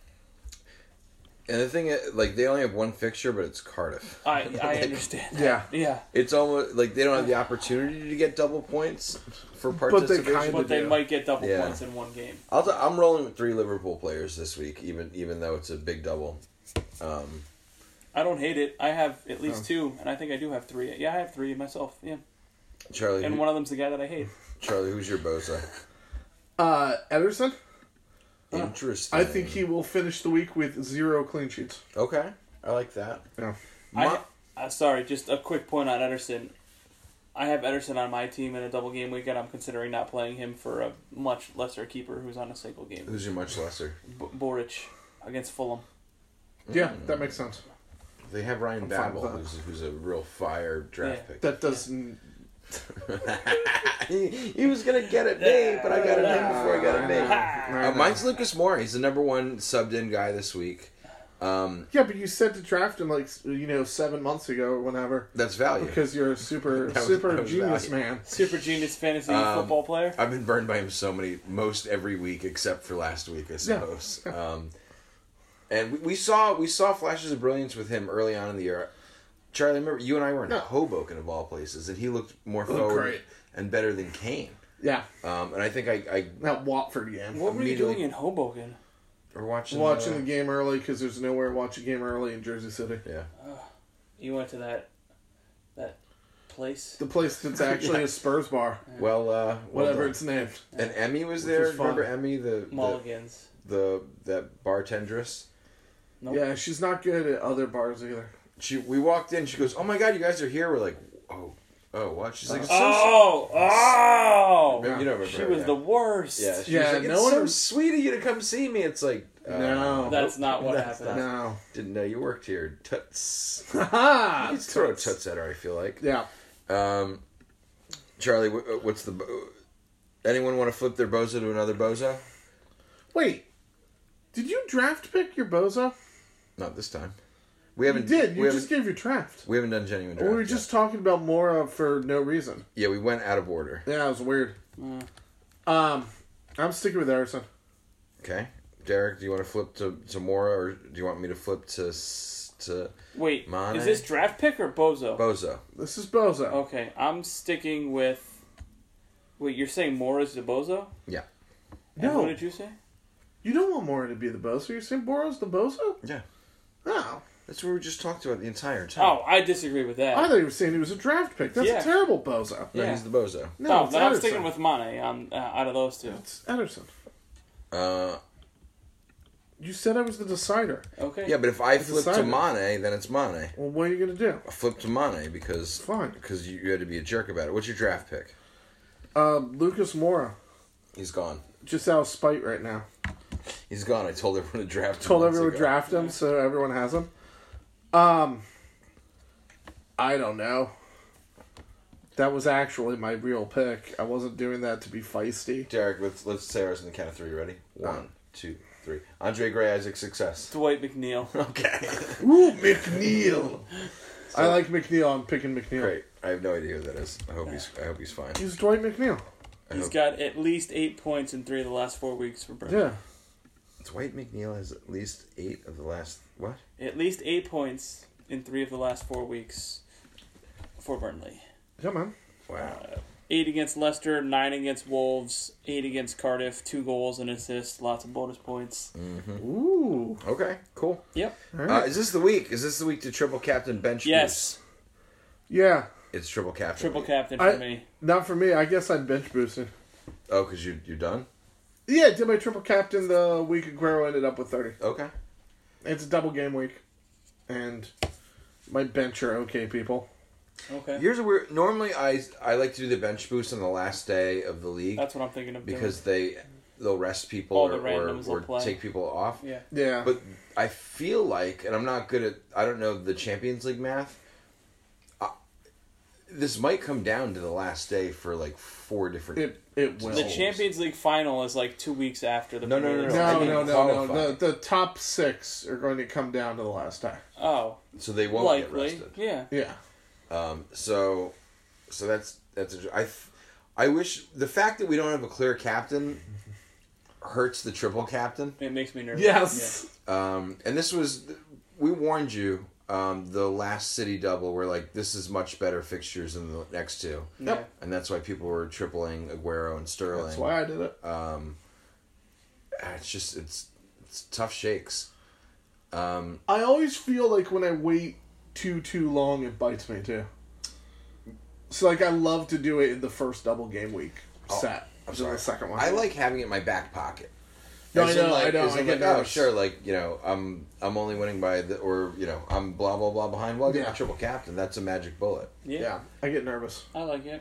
[SPEAKER 1] and the thing, is, like, they only have one fixture, but it's Cardiff.
[SPEAKER 3] I I understand.
[SPEAKER 2] Yeah.
[SPEAKER 3] Yeah.
[SPEAKER 1] It's almost like they don't have the opportunity to get double points for
[SPEAKER 2] But they
[SPEAKER 1] participation.
[SPEAKER 2] kind
[SPEAKER 3] But they
[SPEAKER 2] Yeah.
[SPEAKER 3] might get double
[SPEAKER 1] Yeah.
[SPEAKER 3] points in one game.
[SPEAKER 1] I'll t- I'm rolling with three Liverpool players this week, even even though it's a big double. Um,
[SPEAKER 3] I don't hate it. I have at least
[SPEAKER 1] Oh.
[SPEAKER 3] two, and I think I do have three. Yeah, I have three myself. Yeah,
[SPEAKER 1] Charlie,
[SPEAKER 3] and
[SPEAKER 1] who-
[SPEAKER 3] one of them's the guy that I hate.
[SPEAKER 1] Charlie, who's your Bosa?
[SPEAKER 2] Uh Ederson?
[SPEAKER 1] Interesting.
[SPEAKER 2] I think he will finish the week with zero clean sheets.
[SPEAKER 1] Okay, I like that.
[SPEAKER 2] Yeah.
[SPEAKER 3] I,
[SPEAKER 1] My-
[SPEAKER 3] uh, sorry, just a quick point on Ederson. I have Ederson on my team in a double game week, and I'm considering not playing him for a much lesser keeper who's on a single game.
[SPEAKER 1] who's your much lesser?
[SPEAKER 3] B- Boric against Fulham.
[SPEAKER 2] Yeah,
[SPEAKER 1] Mm.
[SPEAKER 2] that makes sense.
[SPEAKER 1] They have Ryan
[SPEAKER 2] fine
[SPEAKER 1] Babel,
[SPEAKER 2] with that.
[SPEAKER 1] who's, who's a real fire draft pick.
[SPEAKER 2] That doesn't
[SPEAKER 1] he, he was gonna get it me, but I got it in before I got it me. Uh, mine's Lucas Moore. He's the number one subbed in guy this week. Um,
[SPEAKER 2] Yeah, but you said to draft him like you know, seven months ago or whenever.
[SPEAKER 1] that's value.
[SPEAKER 2] Because you're a super
[SPEAKER 1] Oh, That was-
[SPEAKER 2] super
[SPEAKER 1] that was
[SPEAKER 2] genius
[SPEAKER 1] value.
[SPEAKER 2] man.
[SPEAKER 3] Super genius fantasy
[SPEAKER 1] Um,
[SPEAKER 3] football player.
[SPEAKER 1] I've been burned by him so many, most every week except for last week, I suppose. Um, and we, we saw we saw flashes of brilliance with him early on in the year. Charlie, remember you and I were in Hoboken of all places, and he looked more forward
[SPEAKER 2] great.
[SPEAKER 1] and better than Kane.
[SPEAKER 2] Yeah.
[SPEAKER 1] Um, and I think I, I
[SPEAKER 2] That Watford game.
[SPEAKER 3] What were you
[SPEAKER 1] immediately-
[SPEAKER 3] doing in Hoboken?
[SPEAKER 1] we're watching
[SPEAKER 2] Watching
[SPEAKER 1] uh,
[SPEAKER 2] the game early because there's nowhere to watch a game early in Jersey City.
[SPEAKER 1] Yeah,
[SPEAKER 3] You went to that that place.
[SPEAKER 2] The place that's actually a Spurs bar,
[SPEAKER 1] well, uh, well
[SPEAKER 2] whatever
[SPEAKER 1] done.
[SPEAKER 2] it's named.
[SPEAKER 1] and Emmy was
[SPEAKER 2] Which
[SPEAKER 1] there.
[SPEAKER 2] was fun.
[SPEAKER 1] remember Emmy, the, the
[SPEAKER 3] Mulligans.
[SPEAKER 1] the that bartendress.
[SPEAKER 3] Nope.
[SPEAKER 2] Yeah, she's not good at other bars either.
[SPEAKER 1] She we walked in. She goes, "Oh my god, you guys are here." We're like, "Oh, oh, what?" She's like, "It's so
[SPEAKER 3] Oh, oh!
[SPEAKER 1] Maybe you don't remember.
[SPEAKER 3] She
[SPEAKER 1] her,
[SPEAKER 3] was
[SPEAKER 1] yeah.
[SPEAKER 3] the worst.
[SPEAKER 1] Yeah, she
[SPEAKER 2] Yeah,
[SPEAKER 1] was like, it's
[SPEAKER 2] no one-
[SPEAKER 1] so sweet of you to come see me. It's like, uh,
[SPEAKER 2] No.
[SPEAKER 3] That's not what
[SPEAKER 1] That's
[SPEAKER 3] happened.
[SPEAKER 2] No.
[SPEAKER 1] didn't know you worked here. Tuts.
[SPEAKER 2] Ha
[SPEAKER 1] Let's throw a tuts at her. I feel like.
[SPEAKER 2] Yeah.
[SPEAKER 1] Um, Charlie, wh- uh, what's the? bo- Anyone want to flip their bozo to another bozo?
[SPEAKER 2] Wait, did you draft pick your bozo?
[SPEAKER 1] Not this time. We
[SPEAKER 2] You
[SPEAKER 1] haven't.
[SPEAKER 2] did. You
[SPEAKER 1] we
[SPEAKER 2] just
[SPEAKER 1] haven't,
[SPEAKER 2] gave your draft.
[SPEAKER 1] we haven't done genuine.
[SPEAKER 2] We
[SPEAKER 1] Draft
[SPEAKER 2] were
[SPEAKER 1] yet.
[SPEAKER 2] just talking about Mora for no reason.
[SPEAKER 1] Yeah, we went out of order.
[SPEAKER 2] Yeah, it was weird. Um, I'm sticking with Ederson.
[SPEAKER 1] Okay, Derek, do you want to flip to to Mora, or do you want me to flip to S- to
[SPEAKER 3] Wait,
[SPEAKER 1] Mane.
[SPEAKER 3] is this draft pick or Bozo?
[SPEAKER 1] Bozo.
[SPEAKER 2] This is Bozo.
[SPEAKER 3] okay, I'm sticking with. Wait, you're saying Morris to Bozo?
[SPEAKER 1] Yeah.
[SPEAKER 3] And
[SPEAKER 2] No.
[SPEAKER 3] What did you say?
[SPEAKER 2] You don't want Mora to be the Bozo. You're saying Boros the Bozo?
[SPEAKER 1] Yeah.
[SPEAKER 2] No.
[SPEAKER 1] That's what we just talked about the entire time.
[SPEAKER 3] Oh, I disagree with that.
[SPEAKER 2] I thought you were saying he was a draft pick. That's
[SPEAKER 3] Yeah.
[SPEAKER 2] a terrible Bozo.
[SPEAKER 1] No,
[SPEAKER 3] yeah.
[SPEAKER 1] he's the Bozo.
[SPEAKER 2] No,
[SPEAKER 3] no,
[SPEAKER 2] it's
[SPEAKER 3] Oh, then I'm
[SPEAKER 2] Ederson.
[SPEAKER 3] sticking with Mane on, uh, out of those two.
[SPEAKER 2] It's Ederson.
[SPEAKER 1] Uh,
[SPEAKER 2] You said I was the decider.
[SPEAKER 3] Okay.
[SPEAKER 1] yeah, but if I
[SPEAKER 2] a
[SPEAKER 1] flip to
[SPEAKER 2] cider.
[SPEAKER 1] Mane, then it's Mane.
[SPEAKER 2] Well, what are you going to do?
[SPEAKER 1] I flip to Mane because
[SPEAKER 2] Fine.
[SPEAKER 1] because you, you had to be a jerk about it. What's your draft pick?
[SPEAKER 2] Um, Lucas Mora,
[SPEAKER 1] He's gone.
[SPEAKER 2] just out of spite right now.
[SPEAKER 1] He's gone. I told everyone to draft. him
[SPEAKER 2] Told
[SPEAKER 1] months
[SPEAKER 2] everyone to
[SPEAKER 1] ago.
[SPEAKER 2] draft him, so everyone has him. Um, I don't know. That was actually my real pick. I wasn't doing that to be feisty.
[SPEAKER 1] Derek, let's let's say ours in the count of three. Ready? One, two, three. Andre Gray, Isaac, success.
[SPEAKER 3] Dwight McNeil.
[SPEAKER 1] Okay.
[SPEAKER 2] Ooh, McNeil. I like McNeil. I'm picking McNeil.
[SPEAKER 1] Great. I have no idea who that is. I hope he's. I hope he's fine.
[SPEAKER 2] He's Dwight McNeil.
[SPEAKER 1] I
[SPEAKER 3] He's
[SPEAKER 1] hope
[SPEAKER 3] got at least eight points in three of the last four weeks for Brentford.
[SPEAKER 2] Yeah.
[SPEAKER 1] Dwight McNeil has at least eight of the last what?
[SPEAKER 3] At least eight points in three of the last four weeks for Burnley.
[SPEAKER 2] Yeah, man.
[SPEAKER 1] Wow.
[SPEAKER 3] Eight against Leicester, nine against Wolves, eight against Cardiff, two goals and assists, lots of bonus points.
[SPEAKER 1] Mm.
[SPEAKER 2] Ooh.
[SPEAKER 1] Uh, Okay. Cool.
[SPEAKER 3] Yep.
[SPEAKER 1] Uh, is this the week? Is this the week to triple captain bench?
[SPEAKER 3] Yes.
[SPEAKER 2] Yeah.
[SPEAKER 1] boost? It's triple captain.
[SPEAKER 3] Triple
[SPEAKER 1] week.
[SPEAKER 3] captain for
[SPEAKER 2] I-
[SPEAKER 3] me.
[SPEAKER 2] Not for me. I guess I'd bench boosted.
[SPEAKER 1] Oh, because you you're done.
[SPEAKER 2] Yeah, I did my triple captain the week Aguero ended up with 30.
[SPEAKER 1] Okay.
[SPEAKER 2] It's a double game week. And my bench are okay, people.
[SPEAKER 3] Okay.
[SPEAKER 1] Here's a weird. Normally, I I like to do the bench boost on the last day of the league
[SPEAKER 3] That's what I'm thinking of doing.
[SPEAKER 1] because they they'll rest people
[SPEAKER 3] All
[SPEAKER 1] or
[SPEAKER 3] the
[SPEAKER 1] or,
[SPEAKER 3] randoms will
[SPEAKER 1] or
[SPEAKER 3] play.
[SPEAKER 1] take people off.
[SPEAKER 3] Yeah.
[SPEAKER 2] Yeah.
[SPEAKER 1] But I feel like, and I'm not good at, I don't know the Champions League math. I, this might come down to the last day for like four different.
[SPEAKER 2] it it will.
[SPEAKER 3] The Champions League final is like two weeks after the
[SPEAKER 1] No, no,
[SPEAKER 3] Premier
[SPEAKER 1] no,
[SPEAKER 3] League.
[SPEAKER 2] no,
[SPEAKER 1] I
[SPEAKER 2] no,
[SPEAKER 1] mean
[SPEAKER 2] no, no,
[SPEAKER 1] qualify.
[SPEAKER 2] no. The top six are going to come down to the last time.
[SPEAKER 3] Oh,
[SPEAKER 1] so they won't get
[SPEAKER 3] likely.
[SPEAKER 1] rested.
[SPEAKER 3] Yeah.
[SPEAKER 2] Yeah.
[SPEAKER 1] Um, so, so that's that's. A, I, th- I wish the fact that we don't have a clear captain hurts the triple captain.
[SPEAKER 3] It makes me nervous.
[SPEAKER 2] Yes.
[SPEAKER 1] Um, and this was, we warned you. Um, the last city double, we're like, this is much better fixtures than the next two.
[SPEAKER 3] Yeah.
[SPEAKER 2] Yep.
[SPEAKER 1] and that's why people were tripling Aguero and Sterling.
[SPEAKER 2] That's why I did it.
[SPEAKER 1] Ah, It's just it's it's tough shakes. Um,
[SPEAKER 2] I always feel like when I wait too too long, it bites me too. So like I love to do it in the first double game week set.
[SPEAKER 1] Oh, I'm
[SPEAKER 2] So
[SPEAKER 1] sorry.
[SPEAKER 2] The second one.
[SPEAKER 1] I like having it in my back pocket.
[SPEAKER 2] No,
[SPEAKER 1] As
[SPEAKER 2] I
[SPEAKER 1] in,
[SPEAKER 2] know,
[SPEAKER 1] like,
[SPEAKER 2] I know,
[SPEAKER 1] as in,
[SPEAKER 2] I get
[SPEAKER 1] like, oh,
[SPEAKER 2] nervous.
[SPEAKER 1] sure, like you know, I'm I'm only winning by the or you know, I'm blah blah blah behind. Well, I get
[SPEAKER 2] Yeah.
[SPEAKER 1] a triple captain. That's a magic bullet.
[SPEAKER 3] yeah.
[SPEAKER 2] Yeah, I get nervous.
[SPEAKER 3] I like it.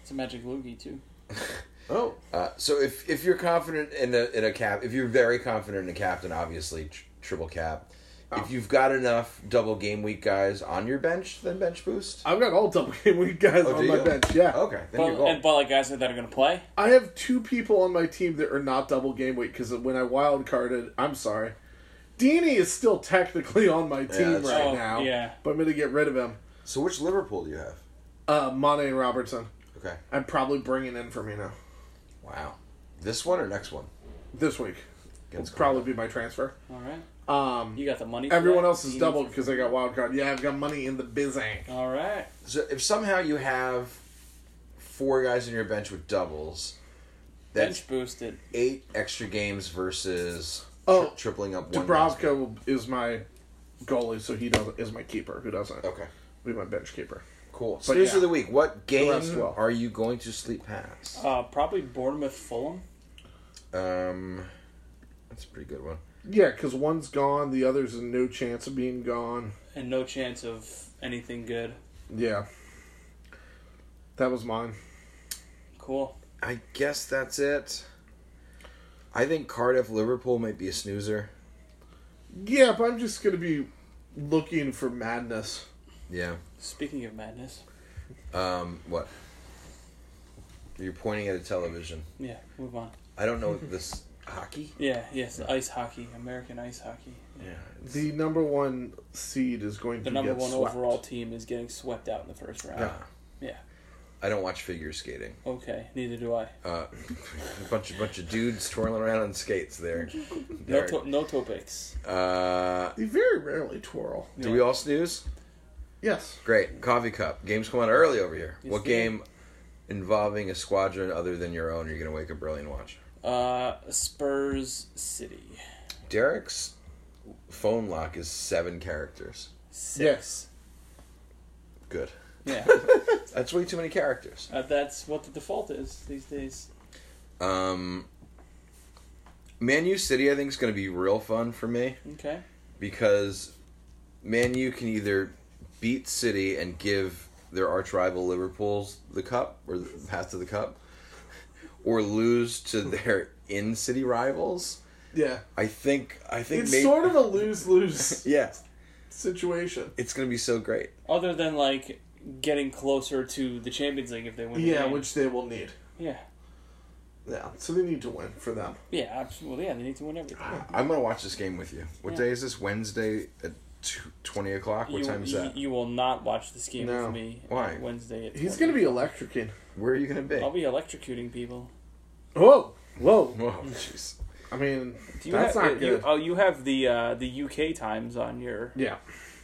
[SPEAKER 3] It's a magic loogie too.
[SPEAKER 2] Oh,
[SPEAKER 1] Uh, so if if you're confident in a in a cap, if you're very confident in a captain, obviously tr- triple cap.
[SPEAKER 2] Oh.
[SPEAKER 1] If you've got enough double game week guys on your bench, then bench boost.
[SPEAKER 2] I've got all double game week guys
[SPEAKER 1] Oh,
[SPEAKER 2] on
[SPEAKER 1] do
[SPEAKER 2] my
[SPEAKER 1] you?
[SPEAKER 2] bench. Yeah,
[SPEAKER 1] Okay, then you're
[SPEAKER 3] But, and,
[SPEAKER 1] golden.
[SPEAKER 3] but like guys that are gonna play.
[SPEAKER 2] I have two people on my team that are not double game week because when I wild carded, I'm sorry, Dini is still technically on my team
[SPEAKER 1] that's
[SPEAKER 2] right
[SPEAKER 3] true.
[SPEAKER 2] now.
[SPEAKER 3] Yeah.
[SPEAKER 2] but I'm gonna get rid of him.
[SPEAKER 1] So which Liverpool do you have?
[SPEAKER 2] Uh, Mane and Robertson.
[SPEAKER 1] Okay.
[SPEAKER 2] I'm probably bringing in Firmino
[SPEAKER 1] Wow. This one or next one?
[SPEAKER 2] this week. Will
[SPEAKER 1] Gets
[SPEAKER 2] probably be my transfer.
[SPEAKER 3] All right.
[SPEAKER 2] Um,
[SPEAKER 3] You got the money. For
[SPEAKER 2] Everyone
[SPEAKER 3] that?
[SPEAKER 2] else is
[SPEAKER 3] You-
[SPEAKER 2] doubled because I got wild card. Yeah, I've got money in the bizang.
[SPEAKER 3] All right.
[SPEAKER 1] So if somehow you have four guys on your bench with doubles, that's
[SPEAKER 3] Bench boosted.
[SPEAKER 1] eight extra games versus tri-
[SPEAKER 2] Oh,
[SPEAKER 1] tripling up one. basket.
[SPEAKER 2] Dubrovka is my goalie, so he doesn't is my keeper. Who doesn't?
[SPEAKER 1] Okay,
[SPEAKER 2] be my bench keeper.
[SPEAKER 1] cool. So Snooze
[SPEAKER 2] yeah.
[SPEAKER 1] of the week. What
[SPEAKER 2] rest
[SPEAKER 1] game
[SPEAKER 2] well.
[SPEAKER 1] are you going to sleep past?
[SPEAKER 3] Uh, probably Bournemouth Fulham.
[SPEAKER 1] Um, that's a pretty good one.
[SPEAKER 2] Yeah, because one's gone, the other's in no chance of being gone.
[SPEAKER 3] and no chance of anything good.
[SPEAKER 2] Yeah, that was mine.
[SPEAKER 3] Cool.
[SPEAKER 1] I guess that's it. I think Cardiff Liverpool might be a snoozer.
[SPEAKER 2] Yeah, but I'm just gonna be looking for madness.
[SPEAKER 1] Yeah.
[SPEAKER 3] Speaking of madness,
[SPEAKER 1] Um, what? You're pointing at a television.
[SPEAKER 3] yeah, move on.
[SPEAKER 1] I don't know what this hockey.
[SPEAKER 3] Yeah, yes, ice hockey, American ice hockey.
[SPEAKER 1] Yeah. it's-
[SPEAKER 2] The number one seed is going
[SPEAKER 3] The
[SPEAKER 2] to
[SPEAKER 3] number
[SPEAKER 2] get
[SPEAKER 3] one
[SPEAKER 2] swept.
[SPEAKER 3] overall team is getting swept out in the first round.
[SPEAKER 1] Yeah.
[SPEAKER 3] Yeah.
[SPEAKER 1] I don't watch figure skating.
[SPEAKER 3] Okay, neither do I.
[SPEAKER 1] Uh, a bunch of bunch of dudes twirling around on skates there.
[SPEAKER 3] No,
[SPEAKER 1] There.
[SPEAKER 3] to- no topics.
[SPEAKER 1] Uh,
[SPEAKER 2] They very rarely twirl.
[SPEAKER 1] do we all snooze?
[SPEAKER 2] Yes.
[SPEAKER 1] Great. Coffee cup. Games come on early over here.
[SPEAKER 3] Yes,
[SPEAKER 1] what
[SPEAKER 3] they do.
[SPEAKER 1] game involving a squadron other than your own are you going to wake up early and watch?
[SPEAKER 3] Uh, Spurs City.
[SPEAKER 1] Derek's phone lock is seven characters.
[SPEAKER 3] Six.
[SPEAKER 1] Good.
[SPEAKER 3] Yeah.
[SPEAKER 1] That's way too many characters.
[SPEAKER 3] Uh, that's what the default is these days.
[SPEAKER 1] Um, Man U City, I think, is going to be real fun for me
[SPEAKER 3] Okay.
[SPEAKER 1] because Man U can either beat City and give their arch rival Liverpool's the cup or the path to the cup, or lose to their in city rivals.
[SPEAKER 2] Yeah.
[SPEAKER 1] I think I think
[SPEAKER 2] It's
[SPEAKER 1] may-
[SPEAKER 2] sort of a lose lose
[SPEAKER 1] yeah.
[SPEAKER 2] situation.
[SPEAKER 1] It's going to be so great.
[SPEAKER 3] Other than like getting closer to the Champions League if they win. the
[SPEAKER 2] Yeah,
[SPEAKER 3] game.
[SPEAKER 2] which they will need.
[SPEAKER 3] Yeah.
[SPEAKER 2] Yeah. So they need to win for them.
[SPEAKER 3] Yeah. Absolutely. Yeah. They need to win everything.
[SPEAKER 2] Ah,
[SPEAKER 1] I'm going to watch this game with you. What
[SPEAKER 3] Yeah.
[SPEAKER 1] day is this? Wednesday at two, twenty o'clock. What
[SPEAKER 3] you,
[SPEAKER 1] time is
[SPEAKER 3] you,
[SPEAKER 1] that?
[SPEAKER 3] you will not watch this game
[SPEAKER 2] No.
[SPEAKER 3] with me.
[SPEAKER 1] Why?
[SPEAKER 3] Wednesday at.
[SPEAKER 2] He's
[SPEAKER 3] 20.
[SPEAKER 2] gonna be electricing.
[SPEAKER 1] Where are you going to be?
[SPEAKER 3] I'll be electrocuting people.
[SPEAKER 2] Whoa. Whoa.
[SPEAKER 1] Whoa, jeez.
[SPEAKER 2] I mean
[SPEAKER 3] Do you
[SPEAKER 2] that's
[SPEAKER 3] have,
[SPEAKER 2] not
[SPEAKER 3] you-
[SPEAKER 2] good.
[SPEAKER 3] oh, you have the uh, the UK times on your
[SPEAKER 2] yeah.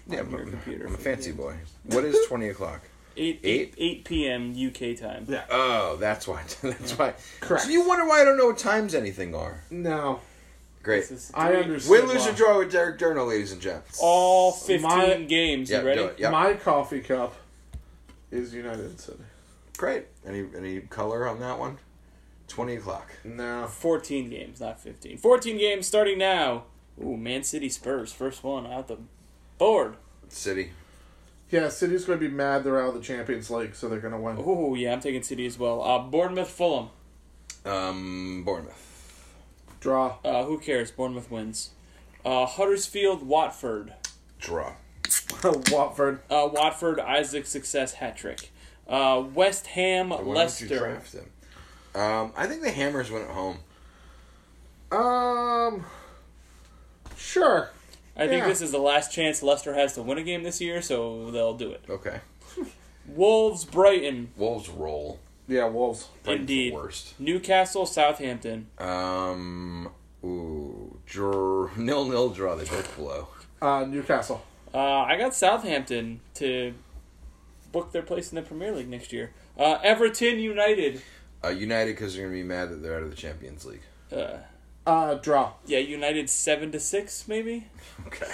[SPEAKER 1] Yeah,
[SPEAKER 3] on
[SPEAKER 1] but
[SPEAKER 3] your computer.
[SPEAKER 1] I'm a fancy boy. What is twenty o'clock?
[SPEAKER 3] Eight,
[SPEAKER 1] Eight?
[SPEAKER 3] eight eight p.m. UK time.
[SPEAKER 2] Yeah.
[SPEAKER 1] Oh, that's why. That's why.
[SPEAKER 2] Correct.
[SPEAKER 1] So you wonder why I don't know what times anything are.
[SPEAKER 2] No.
[SPEAKER 1] Great.
[SPEAKER 3] This is
[SPEAKER 2] I
[SPEAKER 3] three-
[SPEAKER 2] understand.
[SPEAKER 1] Win, lose,
[SPEAKER 2] why.
[SPEAKER 1] or draw with Derek Durno, ladies and gents.
[SPEAKER 3] All fifteen
[SPEAKER 2] My-
[SPEAKER 3] games.
[SPEAKER 1] yeah,
[SPEAKER 3] you ready?
[SPEAKER 1] do it. Yeah,
[SPEAKER 2] My coffee cup is United City.
[SPEAKER 1] great. Any any color on that one? Twenty o'clock.
[SPEAKER 2] No.
[SPEAKER 3] 14 games, not 15. 14 games starting now. Ooh, Man City Spurs, first one out the board.
[SPEAKER 1] City.
[SPEAKER 2] Yeah, City's gonna be mad they're out of the Champions League, so they're gonna win.
[SPEAKER 3] Ooh, yeah, I'm taking City as well. Uh, Bournemouth Fulham.
[SPEAKER 1] Um, Bournemouth.
[SPEAKER 2] Draw.
[SPEAKER 3] Uh, who cares? Bournemouth wins. Uh, Huddersfield Watford.
[SPEAKER 1] Draw.
[SPEAKER 2] Watford.
[SPEAKER 3] Uh, Watford Isaac success hat trick. Uh, West Ham
[SPEAKER 1] Why don't you
[SPEAKER 3] Leicester.
[SPEAKER 1] draft them? Um, I think the Hammers went at home.
[SPEAKER 2] Um Sure.
[SPEAKER 3] I think
[SPEAKER 2] Yeah.
[SPEAKER 3] this is the last chance Leicester has to win a game this year, so they'll do it.
[SPEAKER 1] Okay.
[SPEAKER 3] Wolves Brighton.
[SPEAKER 1] Wolves roll.
[SPEAKER 2] Yeah, Wolves.
[SPEAKER 1] Brighton's the
[SPEAKER 3] Indeed.
[SPEAKER 1] worst.
[SPEAKER 3] Newcastle Southampton.
[SPEAKER 1] Um. Ooh. Draw. Nil nil draw. They both blow.
[SPEAKER 2] Uh Newcastle.
[SPEAKER 3] Uh, I got Southampton to book their place in the Premier League next year. Uh, Everton United.
[SPEAKER 1] Uh, United because they're gonna be mad that they're out of the Champions League.
[SPEAKER 3] Uh,
[SPEAKER 2] Uh draw.
[SPEAKER 3] yeah, United seven to six maybe.
[SPEAKER 1] Okay.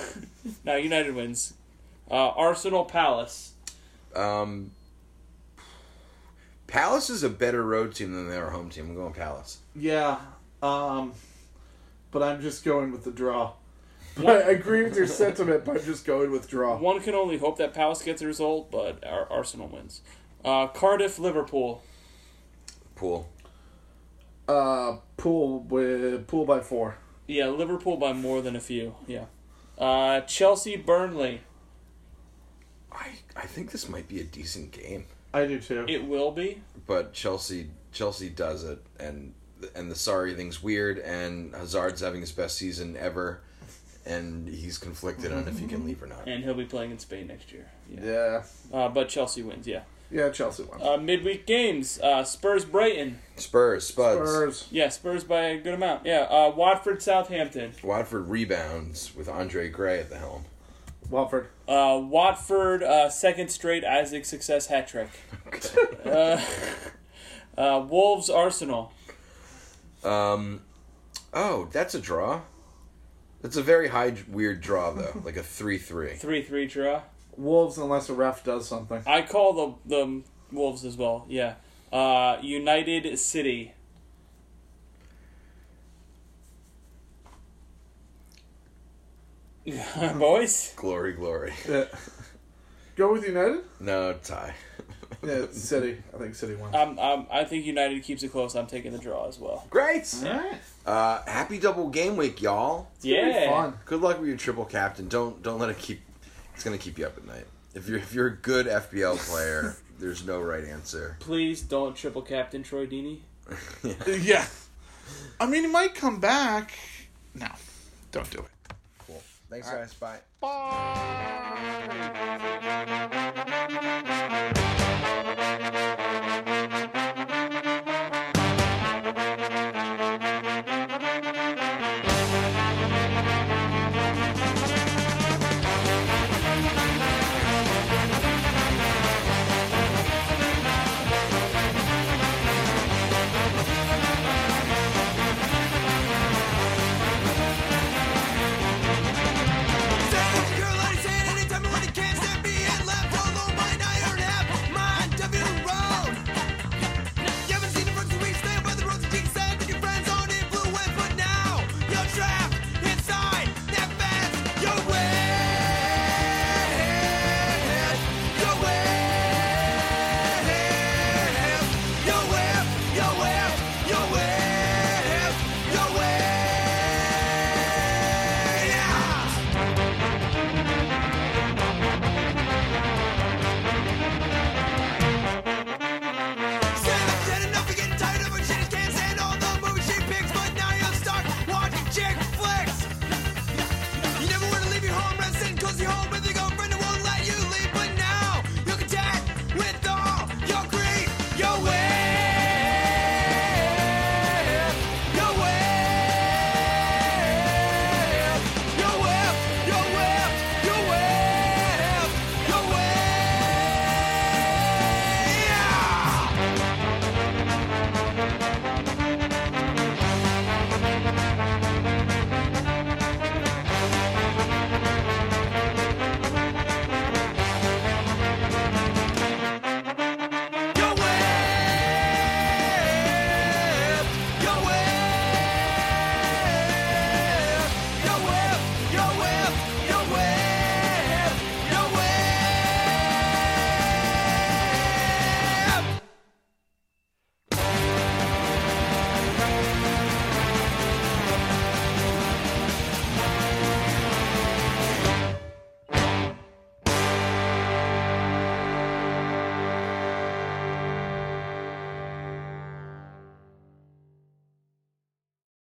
[SPEAKER 3] No, United wins. Uh, Arsenal Palace.
[SPEAKER 1] Um, Palace is a better road team than their home team. I'm going Palace.
[SPEAKER 2] Yeah. Um but I'm just going with the draw. I agree with your sentiment, but I'm just going with draw.
[SPEAKER 3] One can only hope that Palace gets a result, but Ar- Arsenal wins. Uh, Cardiff Liverpool.
[SPEAKER 1] Pool.
[SPEAKER 2] Uh pool with pool by four.
[SPEAKER 3] Yeah, Liverpool by more than a few. Yeah. Uh, Chelsea Burnley.
[SPEAKER 1] I I think this might be a decent game,
[SPEAKER 2] I do too.
[SPEAKER 3] It will be.
[SPEAKER 1] but Chelsea Chelsea does it, and and the sorry thing's weird, and Hazard's having his best season ever, and he's conflicted on if he can leave or not.
[SPEAKER 3] And he'll be playing in Spain next year. Yeah.
[SPEAKER 2] yeah.
[SPEAKER 3] Uh, but Chelsea wins, yeah.
[SPEAKER 2] Yeah, Chelsea won.
[SPEAKER 3] Uh, midweek games. Uh, Spurs Brighton.
[SPEAKER 1] Spurs,
[SPEAKER 2] Uh,
[SPEAKER 1] Spuds.
[SPEAKER 2] Spurs.
[SPEAKER 3] Yeah, Spurs by a good amount. Yeah, uh, Watford, Southampton,
[SPEAKER 1] Watford rebounds with Andre Gray at the helm.
[SPEAKER 2] Watford.
[SPEAKER 3] uh, Watford uh, second straight Isaac success hat trick. Uh, uh, Wolves, Arsenal.
[SPEAKER 1] Um, oh, that's a draw. That's a very high, weird draw though, like a three-three.
[SPEAKER 3] Three three draw.
[SPEAKER 2] Wolves unless a ref does something.
[SPEAKER 3] I call the the Wolves as well. Yeah. Uh, United City. Boys,
[SPEAKER 1] Glory, glory.
[SPEAKER 2] Yeah. Go with United?
[SPEAKER 1] No tie.
[SPEAKER 2] Yeah, City. I think City won.
[SPEAKER 3] um, um, I think United keeps it close. I'm taking the draw as well.
[SPEAKER 1] Great.
[SPEAKER 2] Alright.
[SPEAKER 1] Uh, happy double game week, y'all.
[SPEAKER 3] yeah,
[SPEAKER 2] Fun.
[SPEAKER 1] Good luck with your triple captain. Don't don't let it keep. It's gonna keep you up at night. If you're if you're a good FBL player, there's no right answer.
[SPEAKER 3] please don't triple captain Troy Deeney.
[SPEAKER 2] Yeah. I mean, it might come back. No, don't do it.
[SPEAKER 1] Cool. Thanks, guys. Bye.
[SPEAKER 2] Bye.